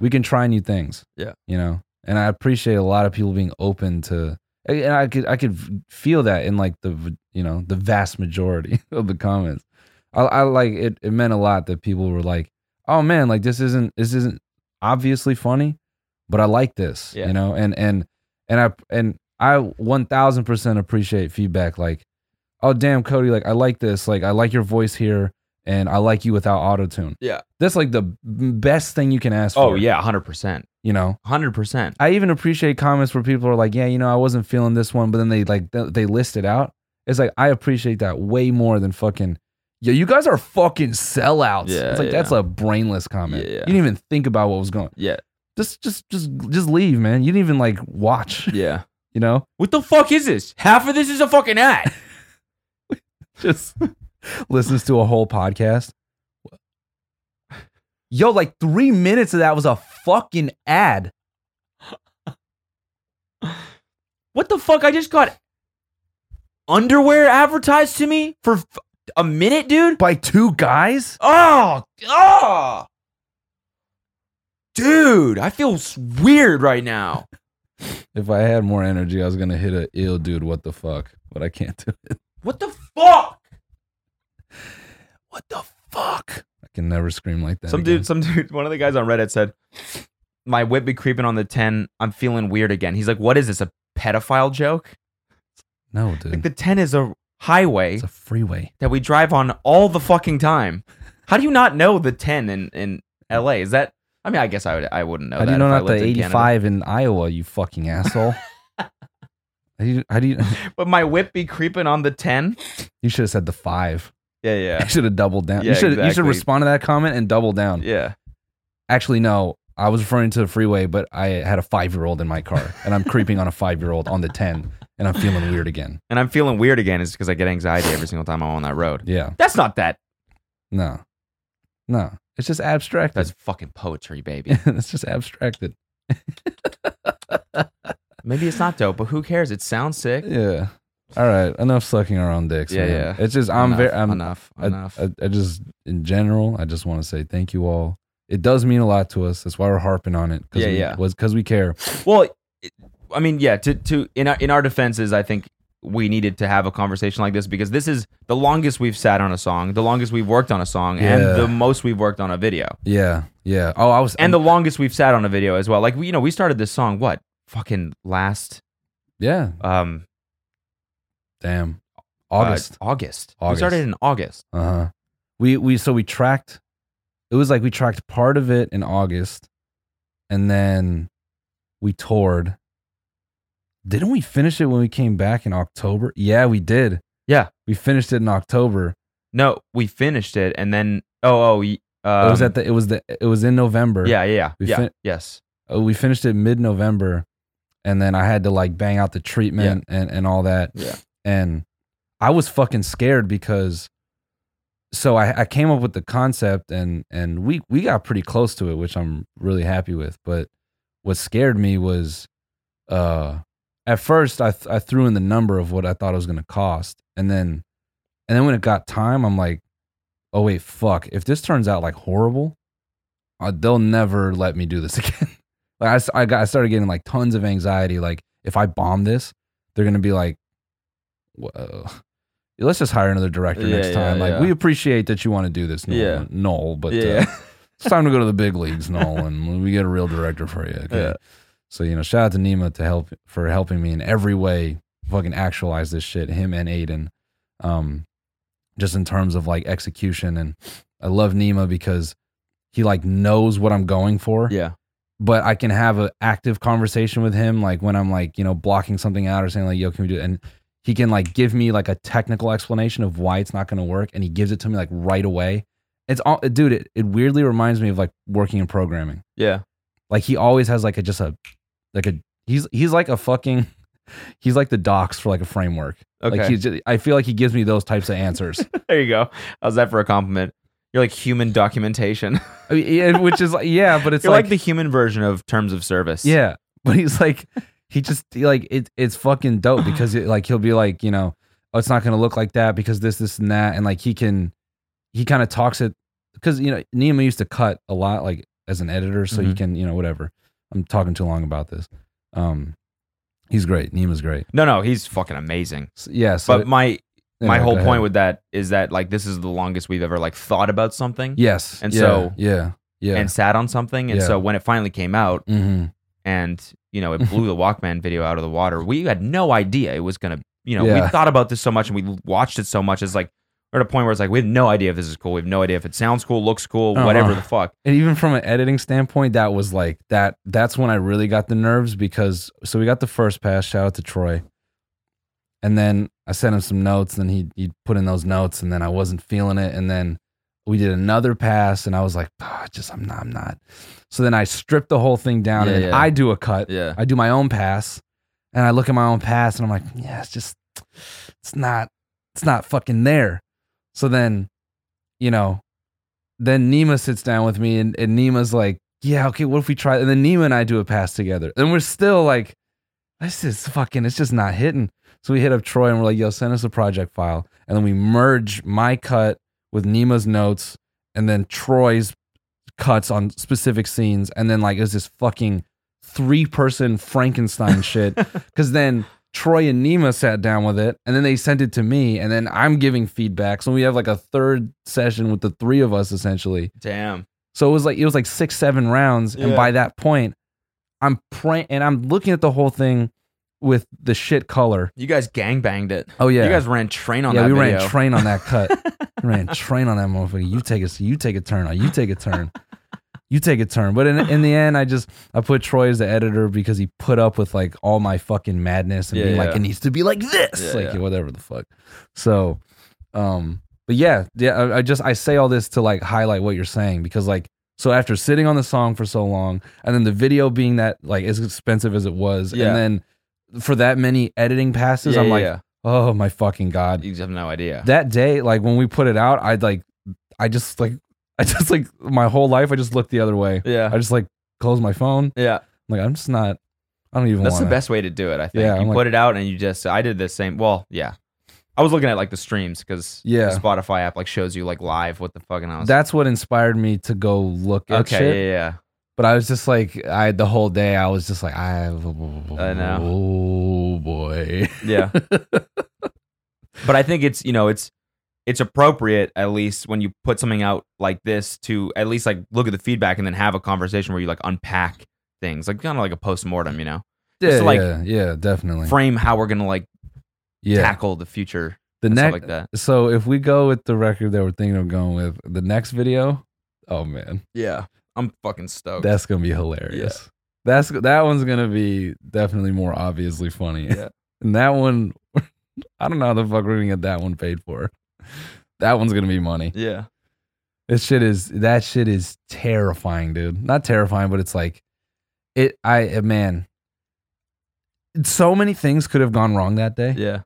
S3: we can try new things.
S1: Yeah.
S3: you know. And I appreciate a lot of people being open to, and I could I could feel that in like the you know the vast majority of the comments. I, I like it. It meant a lot that people were like, oh man, like this isn't this isn't obviously funny, but I like this,
S1: Yeah.
S3: you know, and and and I and I one thousand percent appreciate feedback. Like, oh damn, Cody, like I like this, like I like your voice here, and I like you without auto tune.
S1: Yeah.
S3: that's like the best thing you can ask for.
S1: Oh yeah, hundred percent,
S3: you know.
S1: hundred percent.
S3: I even appreciate comments where people are like, yeah, you know, I wasn't feeling this one, but then they like th- they list it out. It's like I appreciate that way more than fucking. Yeah, you guys are fucking sellouts.
S1: Yeah,
S3: it's like
S1: yeah.
S3: that's a brainless comment.
S1: Yeah, yeah.
S3: You didn't even think about what was going.
S1: Yeah,
S3: Just, just, just, just leave, man. You didn't even like watch.
S1: yeah.
S3: You know,
S1: What the fuck is this? Half of this is a fucking ad.
S3: just listens to a whole podcast. Yo, like three minutes of that was a fucking ad.
S1: what the fuck? I just got underwear advertised to me for f- a minute, dude.
S3: by two guys.
S1: Oh, oh, dude, I feel s- weird right now.
S3: If I had more energy, I was gonna hit a ill dude. What the fuck? But I can't do it.
S1: What the fuck?
S3: What the fuck? I can never scream like that.
S2: Some
S3: again.
S2: dude, some dude, one of the guys on Reddit said, "My whip be creeping on the ten. I'm feeling weird again." He's like, "What is this? A pedophile joke?
S3: No, dude.
S2: Like the ten is a highway
S3: it's a freeway.
S2: that we drive on all the fucking time. How do you not know the ten in in L.A.? Is that? I mean, I guess I would. I wouldn't know
S3: How
S2: Oh, that.
S3: do you know
S2: if I
S3: not the
S2: lived in Canada.
S3: 85 in Iowa? You fucking asshole. how do you? How do you?
S2: But my whip be creeping on the ten.
S3: You should have said the five.
S2: Yeah,
S3: You
S2: yeah,
S3: should have doubled down.
S2: Yeah,
S3: you should. You should
S2: exactly.
S3: respond to that comment and double down.
S2: yeah.
S3: Actually, no. I was referring to the freeway, but I had a five year old in my car, and I'm creeping on a five year old on the ten, and I'm feeling weird again.
S2: And I'm feeling weird again is because I get anxiety every single time I'm on that road.
S3: Yeah.
S2: That's not that.
S3: No. No. It's just abstract.
S2: That's fucking poetry, baby.
S3: it's just abstracted.
S2: Maybe it's not dope, but who cares? It sounds sick.
S3: Yeah. All right. Enough sucking our own dicks.
S2: Yeah,
S3: man.
S2: yeah.
S3: It's just I'm
S2: enough,
S3: very I'm
S2: enough,
S3: I,
S2: enough.
S3: I, I just in general, I just want to say thank you all. It does mean a lot to us. That's why we're harping on it.
S2: Yeah,
S3: we,
S2: yeah.
S3: Was because we care.
S2: well, it- I mean, yeah. To to in our in our defenses, I think we needed to have a conversation like this because this is the longest we've sat on a song, the longest we've worked on a song,
S3: Yeah.
S2: and the most we've worked on a video,
S3: Yeah. Yeah. Oh, I was
S2: and the longest we've sat on a video as well. Like we, you know, we started this song what fucking last
S3: yeah.
S2: um
S3: Damn.
S2: uh,
S3: August.
S2: August. We
S3: August.
S2: started in August.
S3: Uh huh. We we so we tracked. It was like we tracked part of it in August, and then we toured. Didn't we finish it when we came back in October? Yeah, we did.
S2: Yeah.
S3: we finished it in October.
S2: No, we finished it, and then oh oh. y- Um,
S3: it was at the. It was the. It was in November.
S2: Yeah, yeah, yeah.
S3: We
S2: yeah,
S3: fin-
S2: yes.
S3: Uh, we finished it mid November, and then I had to like bang out the treatment and and all that.
S2: Yeah.
S3: and I was fucking scared because. So I, I came up with the concept and and we we got pretty close to it, which I'm really happy with. But what scared me was, uh, at first I th- I threw in the number of what I thought it was gonna cost, and then and then when it got time, I'm like, oh wait, fuck! If this turns out like horrible, uh, they'll never let me do this again. like I, s- I got, I started getting like tons of anxiety. Like if I bomb this, they're gonna be like, whoa, let's just hire another director
S2: Yeah,
S3: next time.
S2: yeah,
S3: like
S2: yeah.
S3: we appreciate that you want to do this, Noel,
S2: Yeah.
S3: Noel but uh,
S2: yeah.
S3: it's time to go to the big leagues, Noel, and we get a real director for you. Okay.
S2: Yeah.
S3: So you know, shout out to Nima to help for helping me in every way, fucking actualize this shit. Him and Aiden, um, just in terms of like execution, and I love Nima because he like knows what I'm going for
S2: yeah.
S3: but I can have an active conversation with him, like when I'm like, you know, blocking something out or saying like, yo, can we do it? And he can like give me like a technical explanation of why it's not going to work. And he gives it to me like right away. It's all, dude, it, it weirdly reminds me of like working in programming.
S2: Yeah.
S3: Like he always has like a, just a, like a, he's, he's like a fucking, he's like the docs for like a framework.
S2: Okay.
S3: Like he's just, I feel like he gives me those types of answers.
S2: there you go. How's that for a compliment? You're like human documentation.
S3: I mean, yeah, which is like, yeah, but it's
S2: You're like,
S3: like,
S2: the human version of terms of service.
S3: yeah, but he's like, he just he like it, it's fucking dope because it, like he'll be like, you know, oh, it's not gonna look like that because this, this, and that, and like he can, he kind of talks it because you know Nima used to cut a lot like as an editor, so he
S2: Mhm.
S3: can you know whatever. I'm talking too long about this. Um, he's great. Nima's great.
S2: No, no, he's fucking amazing.
S3: So, yeah. So
S2: but my my
S3: anyway,
S2: whole
S3: go
S2: point
S3: ahead.
S2: with that is that like this is the longest we've ever like thought about something
S3: yes,
S2: and
S3: yeah,
S2: so-
S3: yeah, yeah.
S2: and sat on something. And
S3: Yeah.
S2: so when it finally came out
S3: hmm
S2: and you know it blew the Walkman video out of the water, we had no idea it was gonna you know, we
S3: Yeah.
S2: thought about this so much and we watched it so much it's like we're at a point where it's like we have no idea if this is cool. We have no idea if it sounds cool, looks cool, whatever
S3: Uh-huh.
S2: the fuck.
S3: and even from an editing standpoint, that was like that. That's when I really got the nerves because so we got the first pass. Shout out to Troy, and then I sent him some notes, and he he put in those notes, and then I wasn't feeling it, and then we did another pass, and I was like, "Ah, just I'm not, I'm not. So then I stripped the whole thing down,
S2: Yeah,
S3: and then
S2: yeah.
S3: I do a cut.
S2: Yeah.
S3: I do my own pass, and I look at my own pass, and I'm like, yeah, it's just, it's not, it's not fucking there. So then, you know, then Nima sits down with me, and, and Nima's like, yeah, okay, what if we try? And then Nima and I do a pass together, and we're still like, this is fucking, it's just not hitting. So we hit up Troy, and we're like, yo, send us a project file, and then we merge my cut with Nima's notes, and then Troy's cuts on specific scenes, and then like it was this fucking three person Frankenstein shit. Because then Troy and Nima sat down with it, and then they sent it to me, and then I'm giving feedback. So we have like a third session with the three of us essentially.
S2: Damn.
S3: So it was like it was like six, seven rounds, and
S2: Yeah.
S3: by that point, I'm praying and I'm looking at the whole thing with the shit color.
S2: You guys gang banged it.
S3: Oh yeah,
S2: You guys ran train on
S3: yeah,
S2: that
S3: we
S2: video.
S3: ran train on that cut. We ran train on that motherfucker. You take a you take a turn. or You take a turn. You take a turn. But in in the end, I just I put Troy as the editor because he put up with like all my fucking madness and
S2: Yeah,
S3: being like
S2: yeah.
S3: it needs to be like this,
S2: Yeah,
S3: like
S2: yeah.
S3: whatever the fuck. So, um, but yeah, yeah. I, I just I say all this to like highlight what you're saying because like so after sitting on the song for so long and then the video being that like as expensive as it was
S2: Yeah.
S3: and then for that many editing passes,
S2: Yeah,
S3: I'm
S2: yeah,
S3: like,
S2: yeah.
S3: oh my fucking god
S2: you have no idea.
S3: that day, like when we put it out, I'd like, I just like, I just like my whole life, I just looked the other way.
S2: yeah.
S3: I just like closed my phone.
S2: Yeah.
S3: Like I'm just not. I don't even.
S2: That's
S3: want
S2: the best way to do it, I think.
S3: Yeah,
S2: you
S3: I'm like-
S2: put it out and you just I did the same. Well, yeah. I was looking at like the streams cuz
S3: Yeah.
S2: the Spotify app like shows you like live what the fucking house.
S3: That's what inspired me to go look at
S2: okay,
S3: shit.
S2: yeah,
S3: But I was just like, I the whole day, I was just like, I.
S2: I know.
S3: Oh boy.
S2: yeah. Yeah. but I think it's, you know, it's it's appropriate at least when you put something out like this to at least like look at the feedback and then have a conversation where you like unpack things. Like kind of like a postmortem, you know.
S3: Yeah,
S2: Just like-
S3: yeah, yeah, definitely.
S2: Frame how we're going to like
S3: yeah.
S2: tackle the future
S3: the
S2: and stuff
S3: next.
S2: like that.
S3: so if we go with the record that we're thinking of going with, the next video. Oh man.
S2: Yeah. I'm fucking stoked.
S3: That's gonna be hilarious. That's that one's gonna be definitely more obviously funny.
S2: Yeah.
S3: And that one, I don't know how the fuck we're gonna get that one paid for. That one's gonna be money.
S2: yeah.
S3: This shit is that shit is terrifying, dude. Not terrifying, but it's like it. I man, so many things could have gone wrong that day.
S2: Yeah.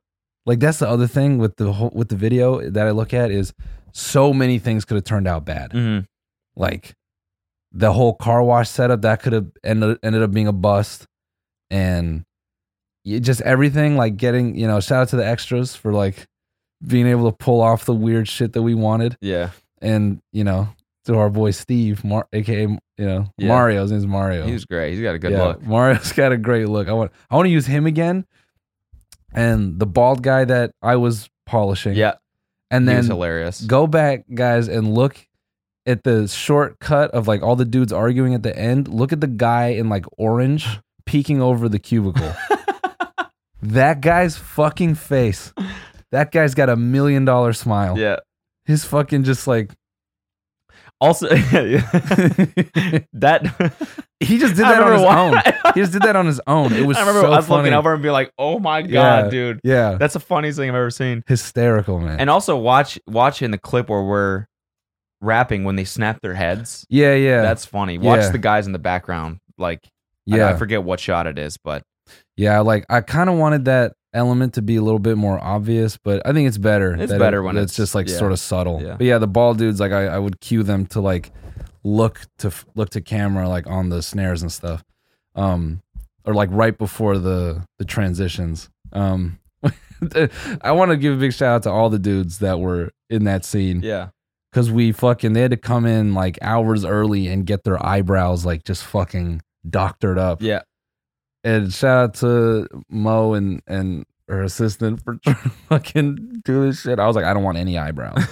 S3: Like that's the other thing with the whole, with the video that I look at is so many things could have turned out bad
S2: Mhm.
S3: like the whole car wash setup that could have ended, ended up being a bust and you, just everything like getting you know shout out to the extras for like being able to pull off the weird shit that we wanted
S2: Yeah.
S3: and you know to our boy steve Mar- aka you know
S2: Yeah.
S3: mario his name's mario
S2: He was great. He's got a good
S3: Yeah,
S2: look.
S3: mario's got a great look i want i want to use him again and the bald guy that i was polishing
S2: Yeah.
S3: and
S2: he was
S3: then
S2: hilarious.
S3: go back guys and look at the shortcut of like all the dudes arguing at the end look at the guy in like orange peeking over the cubicle that guy's fucking face that guy's got a million dollar smile
S2: yeah.
S3: his fucking just like
S2: Also, that
S3: he just did
S2: I
S3: that on
S2: remember
S3: his
S2: why-
S3: own he just did that on his own it was
S2: I remember
S3: so
S2: us
S3: funny
S2: looking over and being like, "Oh my
S3: Yeah.
S2: god, dude,
S3: yeah
S2: that's the funniest thing I've ever seen."
S3: hysterical man
S2: And also watch watching the clip where we're rapping when they snap their heads.
S3: yeah yeah
S2: That's funny. Watch
S3: Yeah.
S2: the guys in the background. Like, I-
S3: yeah
S2: I, forget what shot it is, but
S3: Yeah, like I kind of wanted that element to be a little bit more obvious, but I think it's better.
S2: It's
S3: that
S2: better when
S3: that
S2: it's-
S3: just like
S2: yeah.
S3: sort of subtle.
S2: Yeah.
S3: But yeah, the ball dudes, like I, I would cue them to like look to f- look to camera like on the snares and stuff, um, or like right before the the transitions. Um, I want to give a big shout out to all the dudes that were in that scene
S2: Yeah.
S3: because we fucking they had to come in like hours early and get their eyebrows like just fucking doctored up.
S2: Yeah.
S3: And shout out to Mo and and her assistant for trying to fucking do this shit. I was like, I don't want any eyebrows.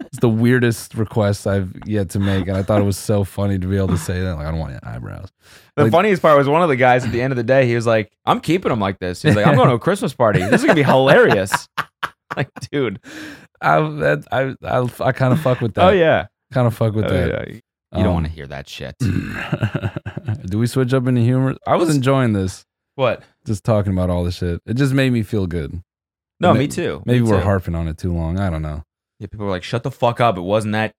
S3: it's the weirdest request I've yet to make, and I thought it was so funny to be able to say that. Like, I don't want any eyebrows.
S2: The
S3: Like-
S2: funniest part was one of the guys at the end of the day, he was like, I'm keeping them like this. He's like, I'm going to a Christmas party. This is going to be hilarious. like, dude.
S3: I that, I I, I kind of fuck with that.
S2: Oh, yeah.
S3: kind of fuck with
S2: Oh,
S3: that. um,
S2: yeah.
S1: You don't want to hear that shit.
S3: to. do we switch up into humor? I was enjoying this.
S2: What?
S3: Just talking about all this shit. It just made me feel good.
S1: No,
S3: Ma-
S1: me too.
S3: Maybe
S1: Me
S3: we're
S1: too.
S3: harping on it too long. I don't know.
S2: Yeah, people were like, shut the fuck up. It wasn't that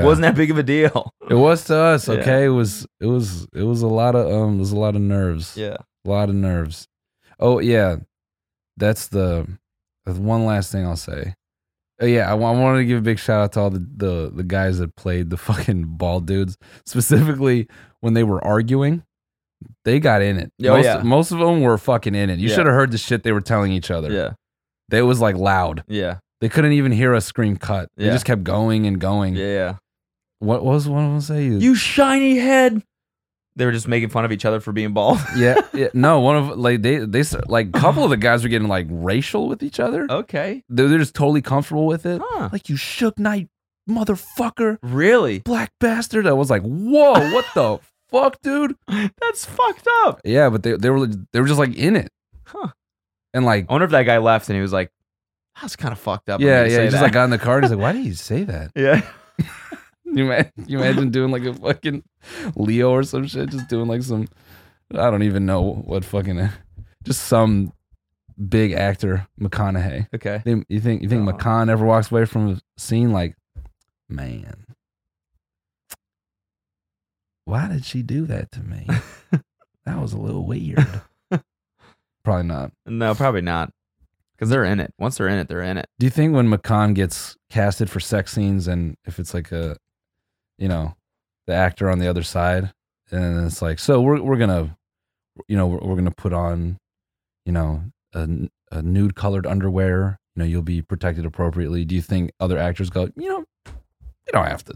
S2: it wasn't that big of a deal.
S3: It was to us,
S2: Yeah.
S3: okay? It was it was it was a lot of um it was a lot of nerves.
S2: Yeah.
S3: A lot of nerves. Oh yeah. That's the that's one last thing I'll say. Uh, yeah, I, wa- I wanted to give a big shout out to all the, the the guys that played the fucking ball dudes. Specifically when they were arguing, they got in it.
S2: Oh,
S3: most,
S2: yeah.
S3: most of them were fucking in it. You
S2: Yeah.
S3: should have heard the shit they were telling each other.
S2: Yeah.
S3: They was like loud.
S2: Yeah.
S3: They couldn't even hear us scream cut. They
S2: Yeah.
S3: just kept going and going.
S2: Yeah. Yeah.
S3: What what was one of them say?
S2: You shiny head. They were just making fun of each other for being bald.
S3: yeah, yeah. No, one of like they they s- like a couple of the guys were getting like racial with each other.
S2: okay.
S3: They're, they're just totally comfortable with it.
S2: Huh.
S3: Like you shook night, motherfucker,
S2: Really?
S3: black bastard. I was like, whoa, what the fuck, dude?
S2: That's fucked up.
S3: Yeah, but they they were they were just like in it,
S2: Huh.
S3: and like
S2: I wonder if that guy left and he was like, that's kind of fucked up. of
S3: yeah
S2: me to
S3: yeah,
S2: say
S3: he just
S2: that."
S3: like got in the car. and He's like, why did you say that?
S2: yeah.
S3: You imagine, you imagine doing like a fucking Leo or some shit, just doing like some I don't even know what fucking just some big actor McConaughey.
S2: Okay.
S3: They, you think you think
S2: No.
S3: McCon ever walks away from a scene like, man, why did she do that to me? that was a little weird. Probably not.
S2: No, probably not. Because they're in it. Once they're in it, they're in it.
S3: Do you think when McCon gets casted for sex scenes and if it's like a, you know, the actor on the other side, and it's like, so we're we're gonna, you know, we're, we're gonna put on, you know, a, n- a nude colored underwear. You know, you'll be protected appropriately. Do you think other actors go, you know, we don't have to,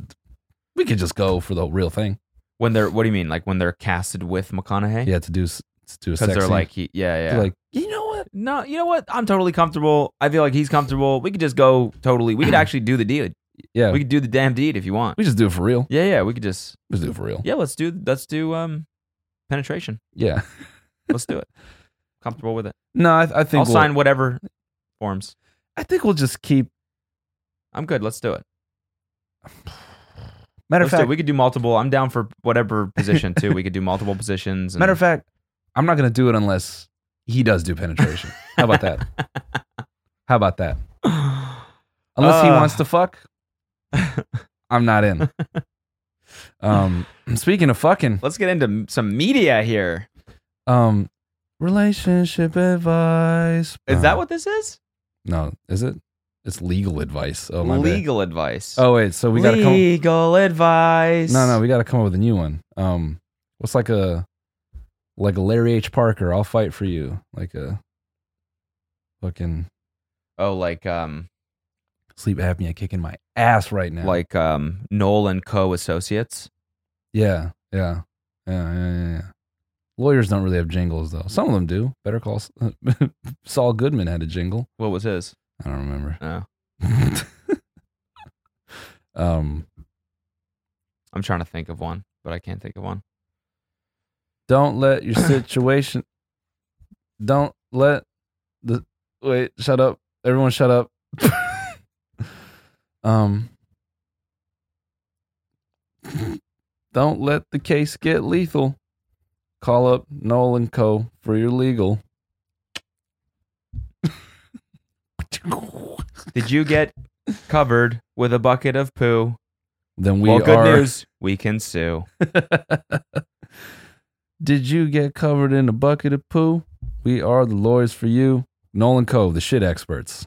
S3: we could just go for the real thing.
S2: When they're, what do you mean? Like when they're casted with McConaughey?
S3: Yeah, to do s- to do a
S2: Because
S3: sex
S2: they're
S3: scene.
S2: like, he, yeah,
S3: They're
S2: yeah.
S3: like, you know what?
S2: no, you know what? I'm totally comfortable. I feel like he's comfortable. We could just go totally. We could actually do the deed.
S3: Yeah,
S2: We
S3: we,
S2: could do the damn deed if you want.
S3: just do it for real.
S2: Yeah, yeah. We could just,
S3: We just do it for real.
S2: yeah, let's do, let's do um penetration.
S3: Yeah.
S2: Let's do it. Comfortable with it.
S3: No, I, I think
S2: I'll
S3: we'll-
S2: sign whatever forms.
S3: I think we'll just keep.
S2: I'm good. Let's do it.
S3: Matter of
S2: Let's do it.
S3: fact,
S2: We could do multiple. I'm down for whatever position too. We could do multiple positions. And
S3: Matter of fact, I'm not going to do it unless he does do penetration. How about that? How about that? Unless he
S2: Uh.
S3: wants to fuck, I'm not in. Um, speaking of fucking,
S2: let's get into m- some media here.
S3: um, relationship advice.
S2: Is
S3: No.
S2: that what this is?
S3: No, is it? It's legal advice. Oh my bad.
S2: Legal advice.
S3: Oh wait, so we got to come.
S2: legal advice.
S3: No, no, we got to come up with a new one. Um, what's like a like a Larry H. Parker? I'll fight for you. Like a fucking
S2: Oh, like um,
S3: sleep apnea kicking my ass right now.
S2: like um, Nolan Co. Associates.
S3: yeah, yeah, yeah, yeah, yeah. yeah. Lawyers don't really have jingles though. Some of them do. Better call S- Saul Goodman had a jingle.
S2: What was his?
S3: I don't remember.
S2: Oh,
S3: um,
S2: I'm trying to think of one, but I can't think of one.
S3: don't let your situation. don't let the wait. Shut up, everyone. Shut up. um. Don't let the case get lethal. Call up Nolan Co. for your legal.
S2: Did you get covered with a bucket of poo?
S3: Then we
S2: well, good
S3: are.
S2: news. We can sue.
S3: Did you get covered in a bucket of poo? We are the lawyers for you. Nolan Cove, the shit experts.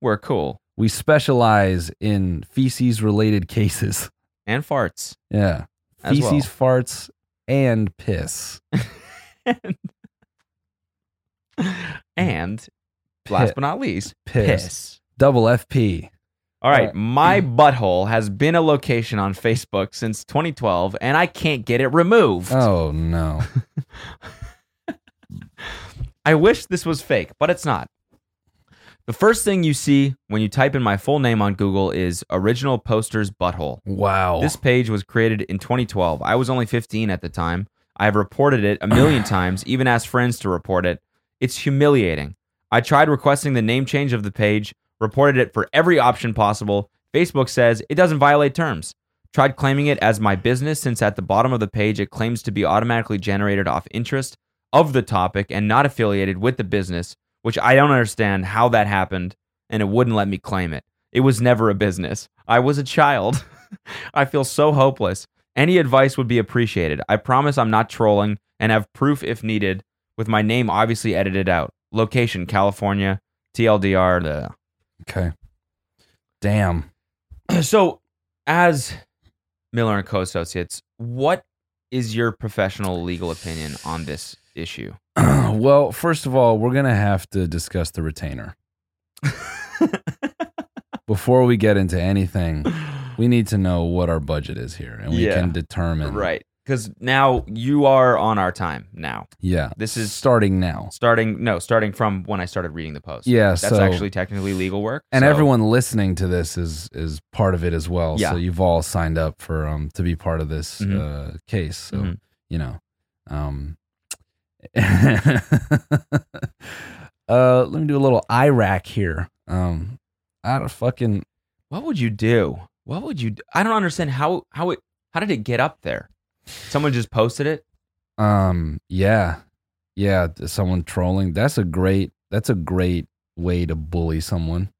S2: We're cool.
S3: We specialize in feces related cases.
S1: and farts.
S3: Yeah.
S1: As
S3: Feces,
S1: well.
S3: farts, and piss.
S1: And
S3: Pi-
S1: last but not least,
S3: piss.
S1: piss.
S3: Double FP.
S2: All right,
S3: Uh,
S2: my butthole has been a location on Facebook since 2012, and I can't get it removed.
S3: Oh, no.
S2: I wish this was fake, but it's not. The first thing you see when you type in my full name on Google is original posters butthole.
S3: Wow.
S2: This page was created in 2012. I was only 15 at the time. I have reported it a million times, even asked friends to report it. It's humiliating. I tried requesting the name change of the page, reported it for every option possible. Facebook says it doesn't violate terms. Tried claiming it as my business since at the bottom of the page it claims to be automatically generated off interest of the topic and not affiliated with the business, which I don't understand how that happened and it wouldn't let me claim it. It was never a business. I was a child. I feel so hopeless. Any advice would be appreciated. I promise I'm not trolling and have proof if needed, with my name obviously edited out. Location California, TLDR. Blah.
S3: okay. Damn.
S2: So, as Miller and Co Associates, what is your professional legal opinion on this issue?
S3: well, first of all, we're going to have to discuss the retainer. Before we get into anything, we need to know what our budget is here and we
S2: Yeah.
S3: can determine.
S2: Right. Because now you are on our time now.
S3: Yeah.
S2: This is
S3: starting now.
S2: starting, no, starting from when I started reading the post.
S3: Yeah.
S2: That's
S3: so,
S2: actually technically legal work.
S3: and
S2: so-
S3: everyone listening to this is is part of it as well.
S2: Yeah. Mm-hmm.
S3: So you've all signed up for um to be part of this uh, case. So
S2: Mhm.
S3: you know, um, uh, let me do a little Iraq here. Um, I don't fucking
S2: What would you do? What would you? Do? I don't understand how how it how did it get up there? Someone just posted it.
S3: um yeah yeah th- someone trolling that's a great that's a great way to bully someone.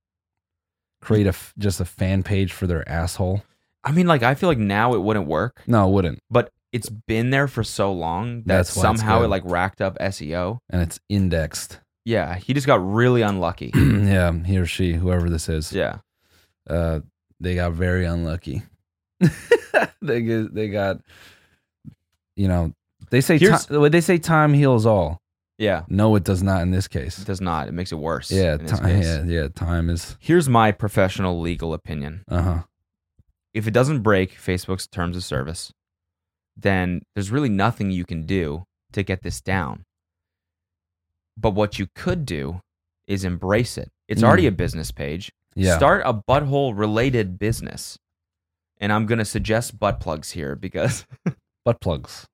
S3: Create a f- just a fan page for their asshole.
S2: I mean, like I feel like now it wouldn't work,
S3: No, it wouldn't.
S2: but it's been there for so long that
S3: That's why it's
S2: somehow
S3: good.
S2: it like racked up SEO.
S3: And it's indexed.
S2: Yeah, he just got really unlucky.
S3: yeah, he or she, whoever this is,
S2: yeah,
S3: uh, they got very unlucky. they get, they got, you know, they say time,
S2: Here's-
S3: they say time heals all.
S2: yeah,
S3: No, it does not in this
S2: it
S3: case.
S2: does not. It makes it worse.
S3: Yeah,
S2: in this
S3: time,
S2: case.
S3: yeah, yeah. Time is
S2: Here's my professional legal opinion.
S3: uh huh.
S2: if it doesn't break Facebook's terms of service, then there's really nothing you can do to get this down. But what you could do is embrace it. It's
S3: Mm.
S2: already a business page.
S3: Yeah,
S2: Start a butthole related business. And I'm going to suggest butt plugs here because
S3: butt plugs.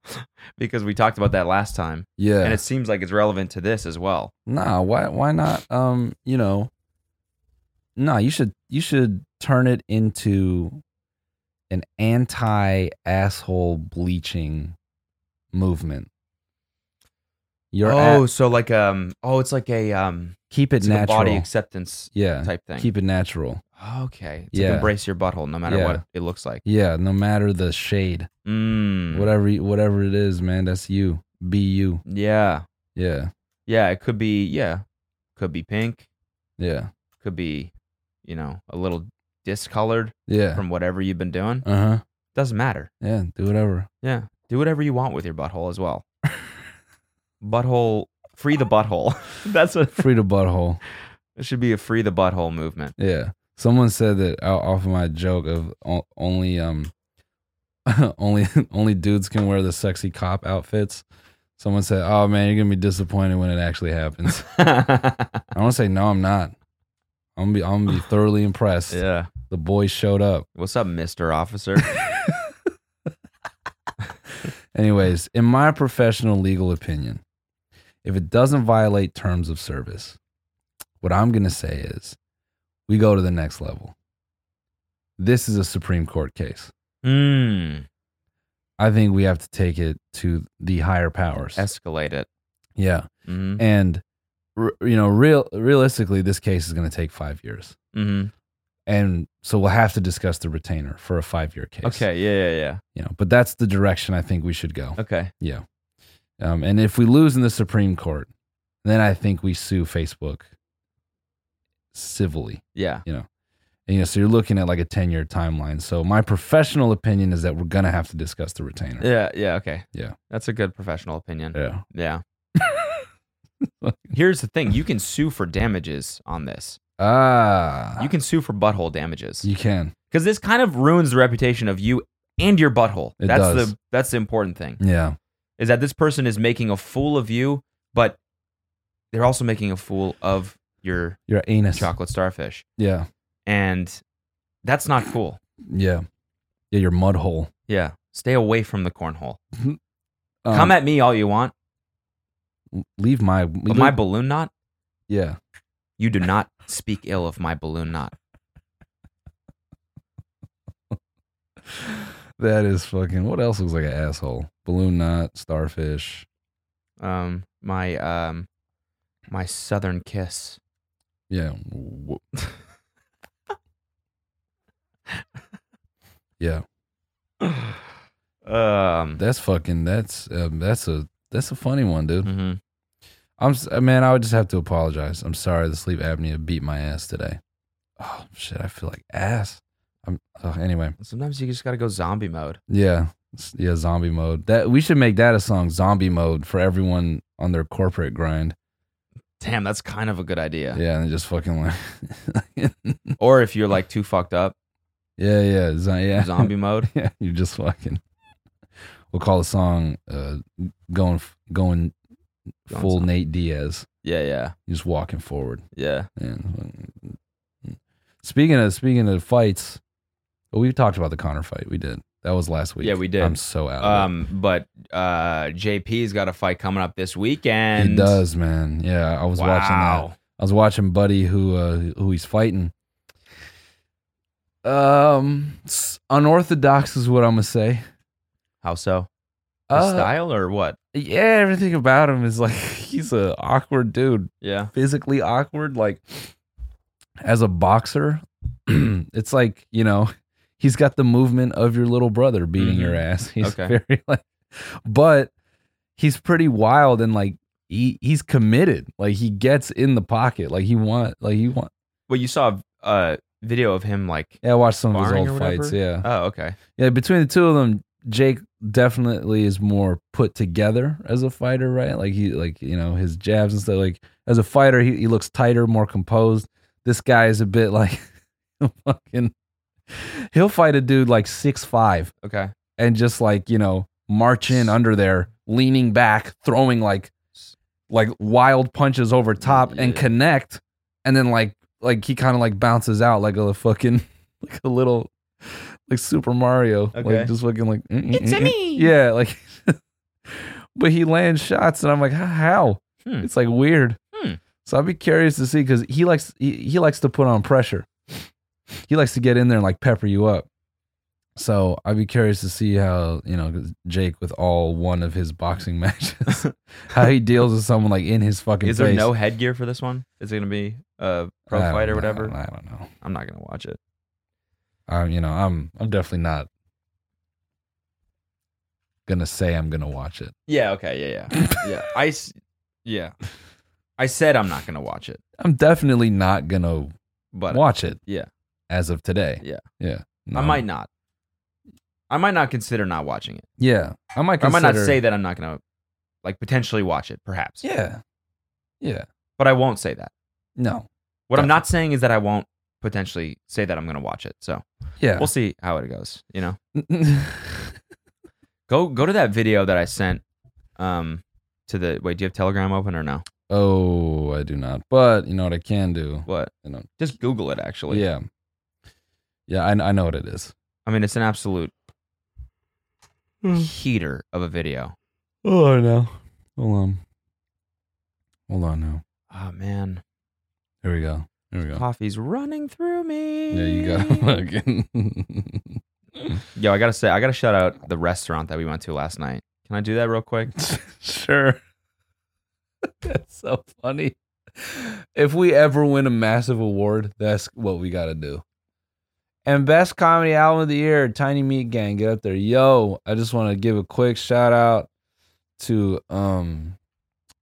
S2: because we talked about that last time
S3: Yeah.
S2: and it seems like it's relevant to this as well.
S3: nah, why why not? Um, you know, nah. You should you should turn it into an anti asshole bleaching movement. You're
S2: oh,
S3: at-
S2: so like um oh it's like a um
S3: keep it
S2: it's like a
S3: natural.
S2: body acceptance
S3: yeah,
S2: type thing.
S3: keep it natural.
S2: okay. It's like
S3: Yeah.
S2: embrace your butthole no matter
S3: Yeah.
S2: what it looks like.
S3: Yeah, no matter the shade,
S2: Mm.
S3: whatever you- whatever it is, man, that's you. Be you.
S2: Yeah.
S3: Yeah,
S2: Yeah. It could be, yeah. Could be pink.
S3: yeah,
S2: Could be, you know, a little discolored
S3: yeah.
S2: from whatever you've been doing.
S3: Uh huh.
S2: Doesn't matter.
S3: Yeah, do whatever.
S2: Yeah. Do whatever you want with your butthole as well. butthole, free the butthole. That's what
S3: Free the butthole.
S2: it should be a free the butthole movement.
S3: Yeah. Someone said that o- off of my joke of o- only um only only dudes can wear the sexy cop outfits. Someone said, "Oh man, you're gonna be disappointed when it actually happens." I want to say, "No, I'm not. I'm gonna be I'm gonna be thoroughly impressed.
S2: yeah.
S3: The boys showed up."
S2: What's up, Mr. Officer?
S3: Anyways, in my professional legal opinion, if it doesn't violate terms of service, what I'm going to say is we go to the next level. This is a Supreme Court case.
S2: Mm.
S3: I think we have to take it to the higher powers.
S2: Escalate it.
S3: yeah.
S2: hmm
S3: And r- you know, real realistically this case is going to take 5 years.
S2: hmm
S3: And so we'll have to discuss the retainer for a 5-year case.
S2: Okay. Yeah. Yeah.
S3: You know, but that's the direction I think we should go.
S2: Yeah. Okay.
S3: Yeah. Um, and if we lose in the Supreme Court, then I think we sue Facebook civilly.
S2: Yeah.
S3: And, you know, so you're looking at like a 10 year timeline. So my professional opinion is that we're going to have to discuss the retainer.
S2: Yeah. Yeah. Okay.
S3: Yeah.
S2: That's a good professional opinion.
S3: Yeah.
S2: Yeah. Here's the thing you can sue for damages on this.
S3: Ah.
S2: You can sue for butthole damages.
S3: You can.
S2: Because this kind of ruins the reputation of you and your butthole.
S3: It
S2: that's
S3: does. Mm.
S2: the that's the important thing.
S3: Yeah.
S2: Is that this person is making a fool of you, but they're also making a fool of your
S3: Your anus.
S2: chocolate starfish.
S3: Yeah.
S2: And that's not cool.
S3: Yeah. Yeah. Your mud hole.
S2: Yeah. Stay away from the cornhole.
S3: Um,
S2: Come at me all you want,
S3: Leave my.
S2: but my balloon knot,
S3: yeah.
S2: you do not speak ill of my balloon knot.
S3: That is fucking. What else looks like an asshole? Balloon knot, starfish.
S2: Um my um my southern kiss.
S3: Yeah. Wh- yeah.
S2: um
S3: That's fucking. That's um, that's a that's a funny one, dude.
S2: mhm.
S3: I'm s- uh, man. I would just have to apologize. I'm sorry. The sleep apnea beat my ass today. Oh shit! I feel like ass. I'm oh, anyway.
S2: Sometimes you just gotta go zombie mode.
S3: Yeah, S- yeah. Zombie mode. That we should make that a song. Zombie mode for everyone on their corporate grind.
S2: Damn, that's kind of a good idea.
S3: Yeah, and just fucking like.
S2: Or if you're like too fucked up,
S3: yeah, yeah, zo- yeah.
S2: zombie mode.
S3: yeah, you're just fucking. We'll call the song uh, "Going F- Going
S2: Going
S3: Full
S2: Zombie.
S3: Nate Diaz."
S2: Yeah, yeah,
S3: Just walking forward.
S2: yeah.
S3: And speaking of speaking of fights, well, we talked about the Connor fight. We did. That was last week.
S2: Yeah, we did.
S3: I'm so out. of
S2: Um, but uh, JP's got a fight coming up this
S3: it.
S2: weekend.
S3: he does, man. Yeah, I was
S2: wow.
S3: watching that. I was watching Buddy who uh, who he's fighting. Um, s- unorthodox is what I'm gonna say.
S2: How so? The
S3: Uh,
S2: style or what?
S3: yeah, everything about him is like he's a awkward dude,
S2: Yeah.
S3: physically awkward. Like as a boxer, it's like you know he's got the movement of your little brother beating
S2: Mhm.
S3: your ass. He's
S2: Okay.
S3: very like, but he's pretty wild and like he he's committed. Like he gets in the pocket. Like he want like he want.
S2: Well, you saw a uh, video of him like.
S3: Yeah, I watched some of his
S2: Sparring or
S3: old fights.
S2: whatever?
S3: Yeah,
S2: Oh, okay.
S3: yeah. Between the two of them, Jake definitely is more put together as a fighter, right? Like he, like you know, his jabs and stuff. Like as a fighter, he, he looks tighter, more composed. This guy is a bit like fucking. He'll fight a dude like six five
S2: Okay.
S3: and just like you know march in under there, leaning back, throwing like like wild punches over top and
S2: Yeah.
S3: connect, and then like like he kind of like bounces out like a fucking like a little like Super Mario,
S2: Okay.
S3: like just fucking like mm, mm,
S1: It's a
S3: mm, mm.
S1: me.
S3: yeah, like. but he lands shots, and I'm like, "H- how?
S2: Hmm.
S3: It's like weird.
S2: Hmm.
S3: So I'd be curious to see because he likes he, he likes to put on pressure. He likes to get in there and like pepper you up. So I'd be curious to see how you know 'cause Jake with all one of his boxing matches, how he deals with someone like in his fucking.
S2: Is there
S3: face.
S2: no headgear for this one? Is it gonna be a pro
S3: I don't
S2: fight or
S3: know,
S2: whatever?
S3: I don't know.
S2: I'm not gonna watch it.
S3: I'm you know I'm I'm definitely not gonna say I'm gonna watch it.
S2: Yeah. Okay. Yeah. Yeah. yeah. I. s- Yeah. I said I'm not gonna watch it,
S3: I'm definitely not gonna
S2: but
S3: watch it.
S2: Yeah.
S3: As of today.
S2: Yeah.
S3: Yeah.
S2: I
S3: No.
S2: might not. I might not consider not watching it.
S3: Yeah. I might
S2: Or I
S3: consider.
S2: might not say that I'm not going to like potentially watch it, perhaps.
S3: Yeah. Yeah.
S2: But I won't say that.
S3: No.
S2: What I'm not saying is that I won't potentially say that I'm going to watch it. So
S3: Yeah.
S2: we'll see how it goes. You know, go go to that video that I sent. Um, to the wait, do you have Telegram open or no?
S3: oh, I do not. But you know what I can do.
S2: What?
S3: You know.
S2: Just Google it. Actually,
S3: Yeah. Yeah. I, I know what it is.
S2: I mean, it's an absolute heater of a video.
S3: Oh no. Hold on. Hold on now.
S2: Oh man,
S3: Here we go. Here we go.
S2: coffee's running through me.
S3: Yeah, you got fucking.
S2: Yo, I gotta say, I gotta shout out the restaurant that we went to last night. Can I do that real quick?
S3: sure. that's so funny. If we ever win a massive award, that's what we got to do. And best comedy album of the year, Tiny Meat Gang, get up there. Yo, I just want to give a quick shout out to um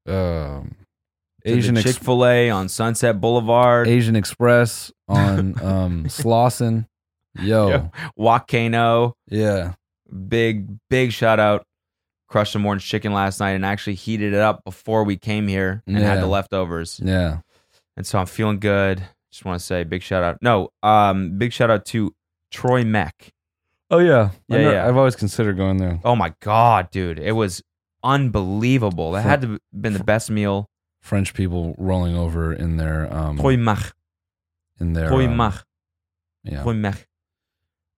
S3: um Asian Ex-
S2: Chick Fil A on Sunset Boulevard,
S3: Asian Express on um Slauson. Yo.
S2: Yo. Wakano.
S3: Yeah.
S2: Big big shout out. Crushed some orange chicken last night and actually heated it up before we came here and had
S3: Yeah.
S2: the leftovers.
S3: Yeah.
S2: And so I'm feeling good. Just want to say big shout out. No, um, big shout out to Troy Mech.
S3: Oh yeah.
S2: Yeah,
S3: I know-
S2: yeah.
S3: I've always considered going there.
S2: Oh my god, dude, it was unbelievable. That had to have been the best meal.
S3: French people rolling over in their um
S2: Troy Mech,
S3: in their
S2: Troy
S3: um,
S2: Mech,
S3: Yeah.
S2: Troy Mech.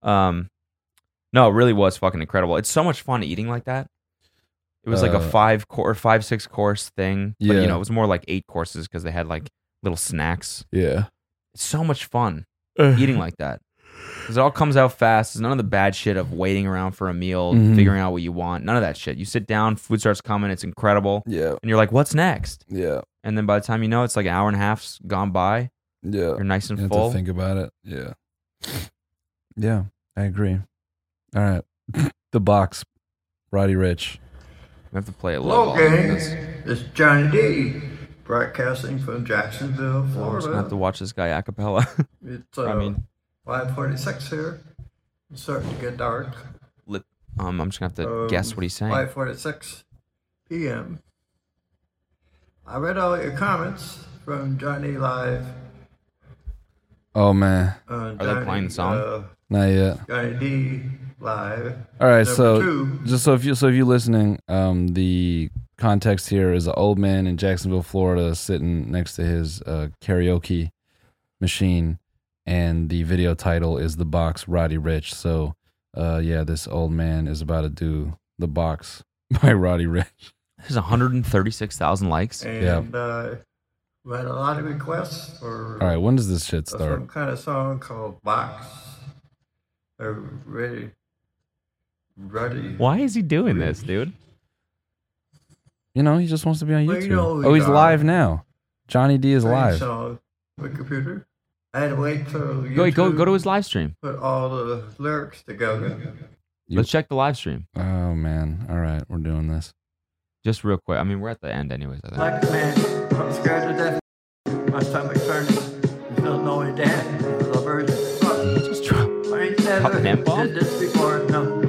S2: Um, no, it really was fucking incredible. It's so much fun eating like that. It was like a
S3: Uh,
S2: five course, five six course thing. But,
S3: Yeah.
S2: you know, it was more like eight courses because they had like little snacks.
S3: Yeah.
S2: It's so much fun eating like that. Because it all comes out fast. There's none of the bad shit of waiting around for a meal,
S3: Mhm.
S2: figuring out what you want. None of that shit. You sit down, food starts coming, it's incredible.
S3: Yeah.
S2: And you're like, what's next?
S3: Yeah.
S2: And then by the time you know, it's like an hour and a half's gone by.
S3: Yeah.
S2: You're nice and
S3: You have
S2: full.
S3: to think about it. Yeah. Yeah, I agree. All right. the box. Roddy Rich.
S2: We have to play a little
S4: Hello, gang.
S2: bit.
S4: It's Johnny D, broadcasting from Jacksonville,
S2: I'm just
S4: Florida.
S2: gonna have to watch this guy a cappella.
S4: it's uh,
S2: I mean,
S4: 546 here. It's starting to get dark.
S2: li- um, I'm just gonna have to
S4: Um,
S2: guess what he's saying.
S4: 546 p.m. I read all your comments from Johnny Live.
S3: Oh man.
S4: Uh, Are
S2: they playing the song?
S4: Uh,
S3: Not yet.
S4: Johnny D Live.
S3: All right,
S4: Number
S2: uh,
S3: so
S4: two.
S3: just so if you so if you're listening, um, the context here is an old man in Jacksonville, Florida, sitting next to his uh, karaoke machine, and the video title is "The Box." Roddy Rich. So, uh, yeah, this old man is about to do "The Box" by Roddy Rich.
S2: There's 136,000 likes.
S4: And uh, we had a lot of requests for
S3: All right, when does this shit start?
S4: some kind of song called Box. Or ready. Ready.
S2: Why is he doing this, dude?
S3: You know, he just wants to be on
S4: Well, you know
S3: YouTube.
S4: we
S3: Oh, he's
S4: are.
S3: live now. Johnny D is
S4: Thing
S3: live.
S4: song on the computer. I had to wait till
S2: Go,
S4: you
S2: go, go to his live stream.
S4: put all the lyrics together.
S3: You-
S2: Let's check the live stream
S3: Oh man! All right, we're doing this.
S2: just real quick. I mean, we're at the end, anyways. I think.
S4: Like a man, I'm scared to death. My stomach hurts. Still knowing dad is a virgin. Fuck.
S2: Just try-
S4: I ain't never
S2: Fucking M-bomb?
S4: did this before. No.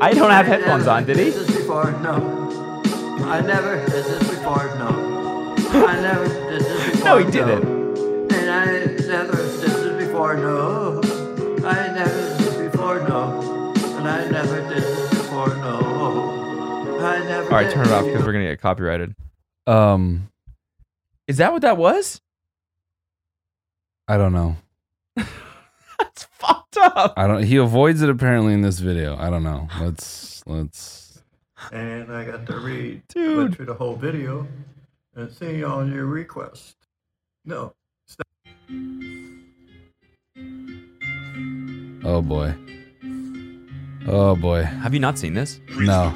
S2: I don't have
S4: I ain't
S2: headphones
S4: never
S2: on, did he?
S4: Did this before. No. I never did this before. No. I never did this before.
S2: No, he didn't.
S4: And I never did this before, no. I never did this before, no. And I never did this before, no. I never.
S2: All right, turn it off because we're gonna get copyrighted.
S3: Um,
S2: Is that what that was?
S3: I don't know.
S2: That's fucked up.
S3: I don't. He avoids it apparently in this video. I don't know. Let's let's.
S4: And I got to read
S2: Dude.
S4: Went through the whole video and see all your requests. No.
S3: Oh boy. Oh boy.
S2: Have you not seen this?
S3: No.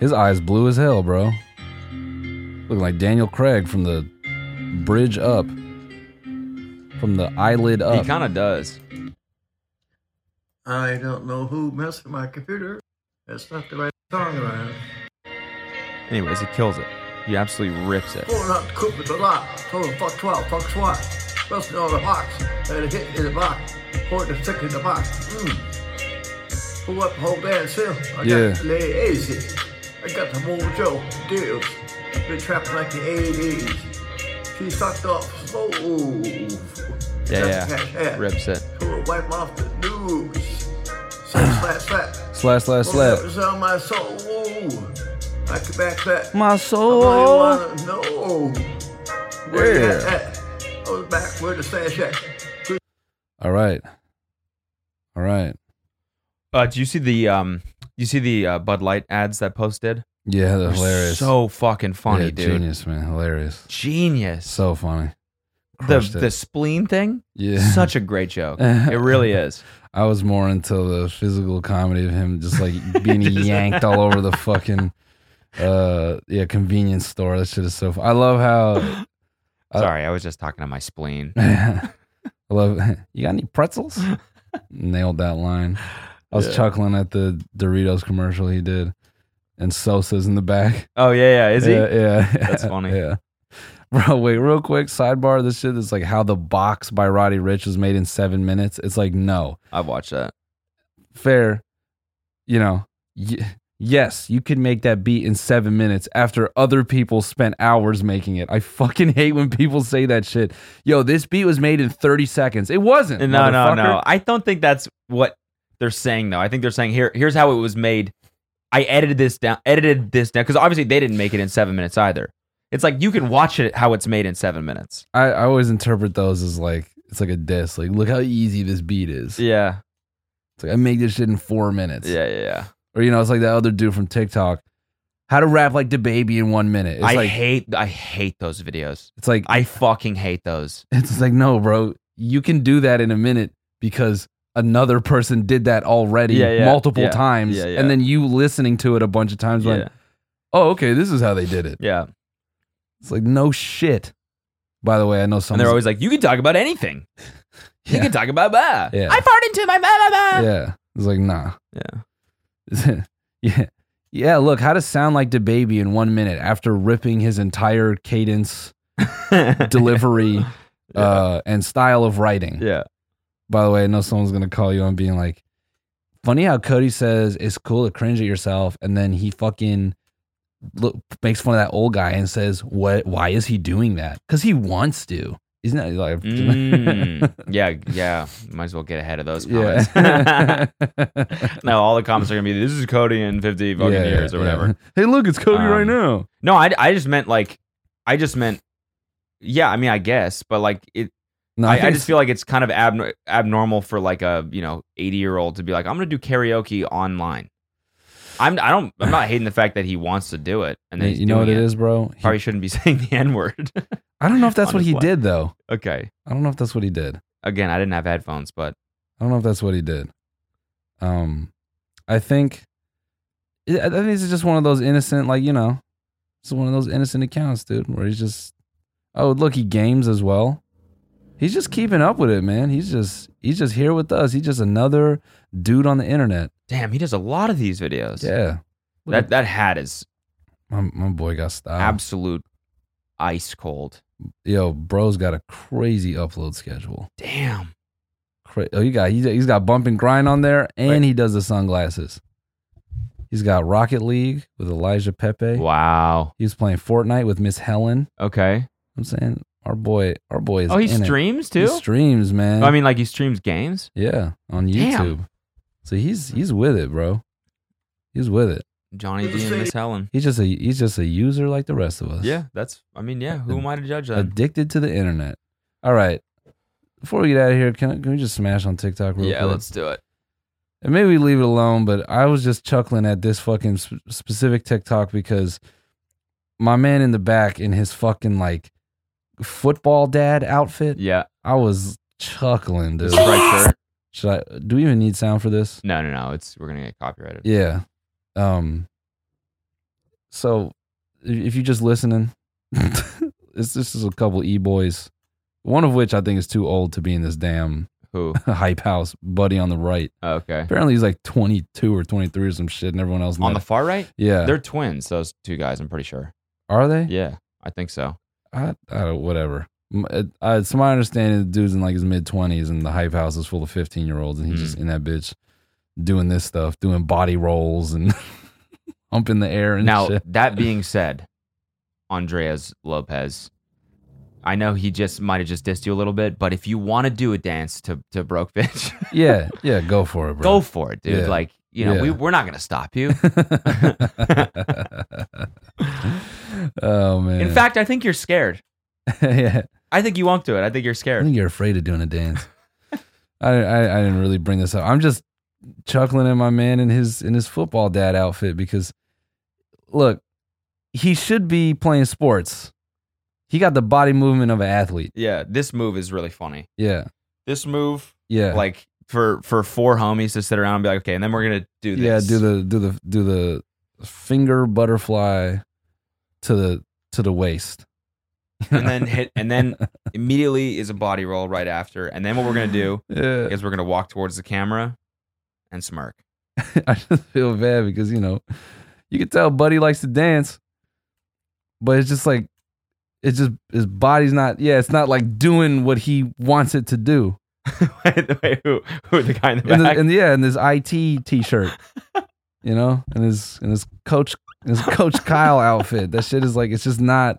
S3: His eyes blue as hell, bro. Looking like Daniel Craig from the bridge up, from the eyelid
S2: He
S3: up.
S2: kind of does.
S4: I don't know who messed with my computer. That's not the right song around.
S2: Anyways, he kills it. He absolutely rips it.
S4: Pulling out the coop with the lot. Told him fuck 12, fuck SWAT. Busting all the box. Had a hit in the box. Poured the stick in the box. Mm. Pull up the whole damn cell. I
S3: Yeah.
S4: got to lay easy. I got the more Joe deals. Been trapped like the 80s. She sucked off smooth.
S2: Yeah,
S4: Got the cash
S2: yeah.
S4: app.
S2: Rips it.
S4: Pull wipe off the news. Slap, slap, slap.
S3: slash slash slap.
S4: What was on my soul? I can back that.
S3: My soul.
S4: No. Where
S3: Yeah.
S4: yeah. at? I was back where the stash at.
S3: All right. All right.
S2: Uh, do you see the um? You see the uh, Bud Light ads that Post did?
S3: Yeah,
S2: They're
S3: that's hilarious.
S2: So fucking funny,
S3: Yeah,
S2: dude. Genius.
S3: Genius, man. Hilarious. So funny.
S2: The
S3: Crushed it.
S2: the spleen thing.
S3: Yeah.
S2: Such a great joke. It really is.
S3: I was more into the physical comedy of him just like being yanked all over the fucking uh yeah convenience store. That shit is so. Fu- I love how Uh,
S2: Sorry, I was just talking to my spleen.
S3: I love. You got any pretzels? Nailed that line. I was
S2: Yeah.
S3: chuckling at the Doritos commercial he did, and Sosa's in the back.
S2: Oh yeah, yeah. Is he?
S3: Yeah, yeah.
S2: That's funny.
S3: yeah. Bro, wait, real quick, sidebar this shit is like how the box by Roddy Rich was made in seven minutes. It's like, no,
S2: I've watched that.
S3: fair. You know, y- yes, you could make that beat in seven minutes after other people spent hours making it. I fucking hate when people say that shit. Yo, this beat was made in 30 seconds. It wasn't.
S2: No, no, no.
S3: motherfucker.
S2: I don't think that's what they're saying though. I think they're saying here, here's how it was made. I edited this down, edited this down, because obviously they didn't make it in seven minutes either. It's like you can watch it how it's made in seven minutes.
S3: I, I always interpret those as like, it's like a diss. Like, look how easy this beat is.
S2: Yeah,
S3: It's like, I make this shit in four minutes.
S2: yeah, yeah. yeah.
S3: Or, you know, it's like that other dude from TikTok. How to rap like the baby in one minute. It's
S2: I
S3: like,
S2: hate, I hate those videos.
S3: it's like,
S2: I fucking hate those.
S3: It's like, no, bro, you can do that in a minute because another person did that already
S2: Yeah, yeah,
S3: multiple
S2: yeah,
S3: times.
S2: yeah, yeah.
S3: And then you listening to it a bunch of times,
S2: Yeah,
S3: like, oh, okay, this is how they did it.
S2: yeah.
S3: It's like, no shit. By the way, I know
S2: And
S3: some.
S2: they're always like, you can talk about anything. You
S3: Yeah.
S2: can talk about blah.
S3: Yeah.
S2: I farted into my blah blah blah.
S3: yeah. It's like, nah. Yeah. yeah. Yeah, look, how to sound like the baby in one minute after ripping his entire cadence, delivery, uh, and style of writing.
S2: yeah.
S3: By the way, I know someone's gonna call you on being like, funny how Cody says it's cool to cringe at yourself, and then he fucking look, makes fun of that old guy and says, "What? Why is he doing that? Because he wants to." Isn't that like?
S2: Mm. yeah, yeah. Might as well get ahead of those comments.
S3: yeah.
S2: no, all the comments are gonna be this is Cody in fifty fucking
S3: Yeah,
S2: years or
S3: yeah.
S2: whatever.
S3: Hey, look, it's Cody right
S2: Um,
S3: now.
S2: No, I, I just meant like I just meant yeah. I mean, I guess, but like it,
S3: No,
S2: I, I
S3: think
S2: just feel like it's kind of abno- abnormal for like a you know eighty year old to be like I'm gonna do karaoke online. I'm I don't I'm not hating the fact that he wants to do it and then
S3: you know what it is, bro. He-
S2: Probably shouldn't be saying the n word.
S3: I don't know if that's
S2: on
S3: what
S2: his
S3: he
S2: lap.
S3: did though.
S2: okay,
S3: I don't know if that's what he did.
S2: again, I didn't have headphones, but
S3: I don't know if that's what he did. Um, I think, I I think this is just one of those innocent, like you know, it's one of those innocent accounts, dude, where he's just, oh look, he games as well. He's just keeping up with it, man. He's just he's just here with us. He's just another dude on the internet.
S2: damn, he does a lot of these videos.
S3: Yeah, Look
S2: that
S3: at-
S2: that hat is
S3: my my boy got stopped.
S2: absolute ice cold.
S3: Yo, bro's got a crazy upload schedule.
S2: Damn.
S3: Cra- oh, you got he's, he's got bump and grind on there, and he does the sunglasses. He's got Rocket League with Elijah Pepe.
S2: Wow.
S3: He was playing Fortnite with Miss Helen.
S2: Okay.
S3: I'm saying our boy, our boy is.
S2: oh, he
S3: in it.
S2: streams
S3: He
S2: too.
S3: streams, man.
S2: I mean, like he streams games.
S3: yeah, on YouTube.
S2: Damn.
S3: So he's he's with it, bro. He's with it.
S2: Johnny D and Miss Helen.
S3: He's just a he's just a user like the rest of us.
S2: Yeah, that's. I mean, yeah. Who am I to judge that?
S3: addicted to the internet. All right, before we get out of here, can, I, can we just smash on TikTok real
S2: Yeah,
S3: quick?
S2: let's do it.
S3: And maybe we leave it alone, but I was just chuckling at this fucking sp- specific TikTok because my man in the back in his fucking like football dad outfit.
S2: Yeah.
S3: I was chuckling, dude.
S2: This is right shirt.
S3: Should I? Do we even need sound for this?
S2: No, no, no. It's we're gonna get copyrighted.
S3: Yeah. Um. So, i- if you're just listening, it's this is a couple e boys, one of which I think is too old to be in this damn
S2: Who? Oh,
S3: hype house. Buddy on the right,
S2: Okay.
S3: apparently he's like 22 or 23 or some shit, and everyone else
S2: On the
S3: met-
S2: far right,
S3: yeah.
S2: they're twins. Those two guys. I'm pretty sure.
S3: Are they?
S2: Yeah, I think so.
S3: I, I don't, whatever. M- uh, uh, It's my understanding the dude's in like his mid 20s and the hype house is full of 15 year olds and he's
S2: Mm.
S3: just in that bitch doing this stuff, doing body rolls and up in the air and
S2: Now,
S3: shit.
S2: that being said, Andreas Lopez, I know he just might have just dissed you a little bit, but if you want to do a dance to to Broke Bitch,
S3: Yeah, yeah, go for it,
S2: go
S3: bro.
S2: for it, dude.
S3: Yeah.
S2: Like, you know,
S3: Yeah.
S2: we, we're not going to stop you.
S3: oh, man.
S2: In fact, I think you're scared.
S3: yeah.
S2: I think you won't do it. I think you're
S3: I
S2: scared.
S3: think you're afraid of doing a dance. I, I I didn't really bring this up. I'm just chuckling at my man in his in his football dad outfit because look, he should be playing sports. He got the body movement of an athlete.
S2: Yeah, this move is really funny.
S3: Yeah.
S2: This move,
S3: Yeah.
S2: like for for four homies to sit around and be like, okay, and then we're gonna do this.
S3: yeah, do the do the do the finger butterfly to the to the waist.
S2: and then hit, and then immediately is a body roll right after. And then what we're gonna do
S3: Yeah.
S2: is we're gonna walk towards the camera and smirk.
S3: I just feel bad because you know, you can tell Buddy likes to dance, but it's just like It's just his body's not. Yeah, it's not like doing what he wants it to do.
S2: wait, wait, who, who the guy in the
S3: And, the,
S2: back?
S3: and yeah, and his IT T-shirt, you know, and his and his coach his coach Kyle outfit. That shit is like it's just not.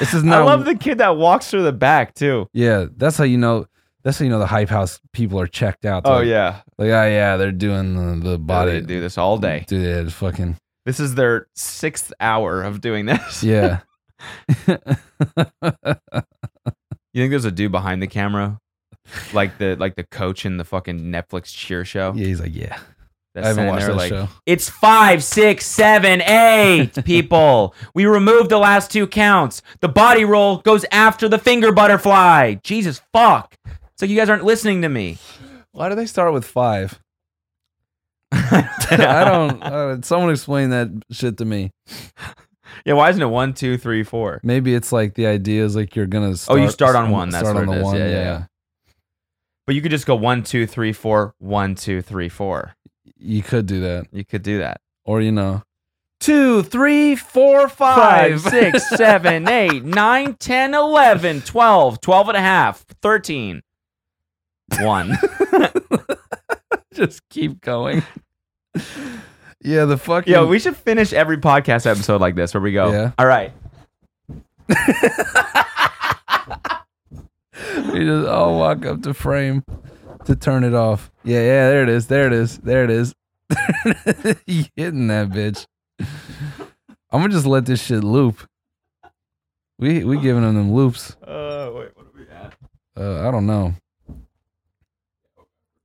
S3: This is
S2: I
S3: not.
S2: love the kid that walks through the back too.
S3: yeah, that's how you know. That's how you know the hype house people are checked out. They're
S2: Oh
S3: like,
S2: yeah,
S3: like oh yeah, they're doing the, the
S2: body
S3: body.
S2: do this all day.
S3: Dude, yeah, it's fucking
S2: This is their sixth hour of doing this.
S3: yeah.
S2: You think there's a dude behind the camera, like the like the coach in the fucking Netflix cheer show?
S3: Yeah, he's like, yeah.
S2: That's
S3: I haven't
S2: sitting
S3: watched
S2: there
S3: that
S2: like,
S3: show.
S2: It's five, six, seven, eight people. We removed the last two counts. The body roll goes after the finger butterfly. Jesus fuck. It's like you guys aren't listening to me.
S3: Why do they start with five? I don't. Uh, someone explain that shit to me.
S2: Yeah, why isn't it one, two, three, four?
S3: Maybe it's like the idea is like you're gonna. Start,
S2: Oh, you start on one, that's
S3: start
S2: what
S3: on
S2: it
S3: the
S2: is.
S3: one.
S2: Yeah,
S3: Yeah,
S2: yeah, yeah. But you could just go one, two, three, four, one, two, three, four.
S3: you could do that,
S2: You could do that.
S3: or you know, two, three, four,
S2: Five,
S3: five.
S2: six, seven, eight, nine, ten, eleven, twelve, twelve and a half, thirteen. One.
S3: Just keep going. yeah, the fucking.
S2: Yo, we should finish every podcast episode like this where we go,
S3: Yeah.
S2: all right,
S3: we just all walk up to frame to turn it off. Yeah, yeah, there it is. There it is. There it is. you hitting that bitch. I'm gonna just let this shit loop. We we giving them them loops.
S2: Uh, wait, what are we at?
S3: Uh, I don't know.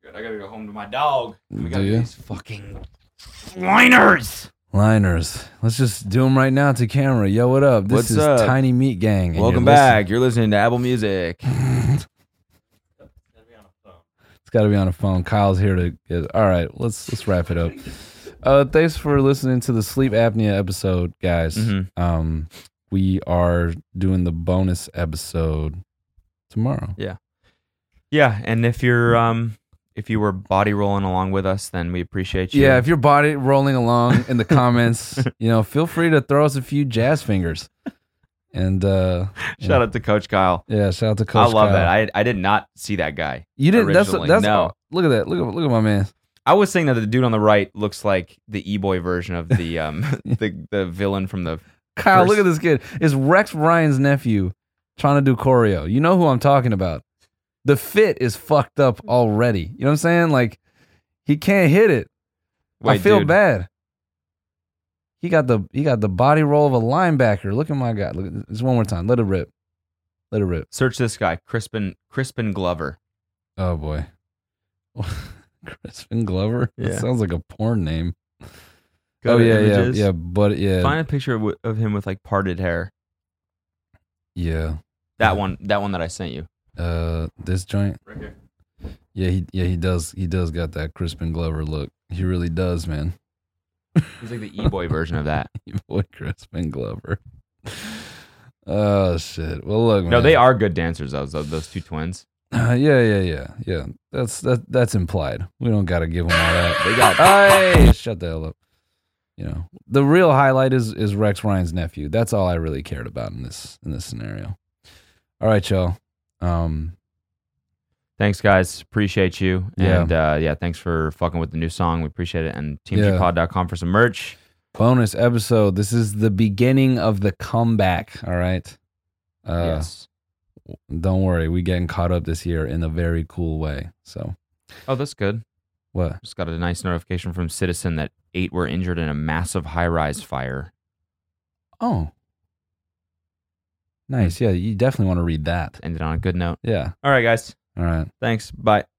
S2: Good. I gotta go home to my dog. We
S3: Mm, Do
S2: got
S3: ya?
S2: these fucking liners.
S3: Liners. Let's just do them right now to camera. Yo, what up? This
S2: What's
S3: is
S2: up?
S3: Tiny Meat Gang. and
S2: Welcome
S3: you're listening-
S2: back. You're listening to Apple Music.
S3: It's got to be on a phone. Kyle's here to. Get, all right, let's let's wrap it up. Uh, thanks for listening to the sleep apnea episode, guys.
S2: Mhm.
S3: Um, we are doing the bonus episode tomorrow.
S2: Yeah, and if you're um if you were body rolling along with us, then we appreciate you.
S3: Yeah, if your body rolling along in the comments, you know, feel free to throw us a few jazz fingers. And uh,
S2: shout out to Coach Kyle.
S3: yeah, shout out to
S2: I
S3: Coach.
S2: love
S3: Kyle.
S2: that. I I did not see that guy.
S3: you didn't. That's
S2: originally,
S3: that's.
S2: no.
S3: Look at that. Look at look at my man.
S2: I was saying that the dude on the right looks like the e boy version of the um the the villain from the
S3: Kyle, look
S2: First-
S3: at this kid. It's Rex Ryan's nephew trying to do choreo. You know who I'm talking about. The fit is fucked up already. You know what I'm saying? Like he can't hit it. I
S2: Wait,
S3: feel
S2: dude.
S3: bad. He got the he got the body roll of a linebacker. Look at my guy. Look at this one more time. Let it rip. Let it rip.
S2: Search this guy, Crispin Crispin Glover.
S3: Oh boy. Crispin Glover?
S2: Yeah.
S3: That sounds like a porn name.
S2: Go
S3: oh
S2: to
S3: yeah,
S2: images.
S3: yeah, yeah. But yeah.
S2: Find a picture of, of him with like parted hair.
S3: Yeah.
S2: That one, that one that I sent you.
S3: uh this joint right here yeah he yeah he does he does got that crispin glover look he really does man
S2: He's like the e-boy version of that.
S3: Your boy crispin glover oh shit well look
S2: No,
S3: man.
S2: they are good dancers. Those those- those two twins.
S3: Uh, yeah yeah yeah yeah that's that that's implied we don't gotta give them all that
S2: They got
S3: hey shut the hell up you know the real highlight is is rex ryan's nephew that's all i really cared about in this in this scenario all right y'all um
S2: Thanks, guys. Appreciate you.
S3: Yeah.
S2: And uh, yeah, thanks for fucking with the new song. We appreciate it. And
S3: Yeah.
S2: teamgpod.com for some merch.
S3: bonus episode. This is the beginning of the comeback. All right. Uh,
S2: yes.
S3: Don't worry, we getting caught up this year in a very cool way. So
S2: Oh, that's good.
S3: what?
S2: Just got a nice notification from Citizen that eight were injured in a massive high rise fire.
S3: Oh, nice. Yeah, you definitely want to read that.
S2: Ended on a good note.
S3: Yeah.
S2: All right, guys.
S3: All right.
S2: Thanks. Bye.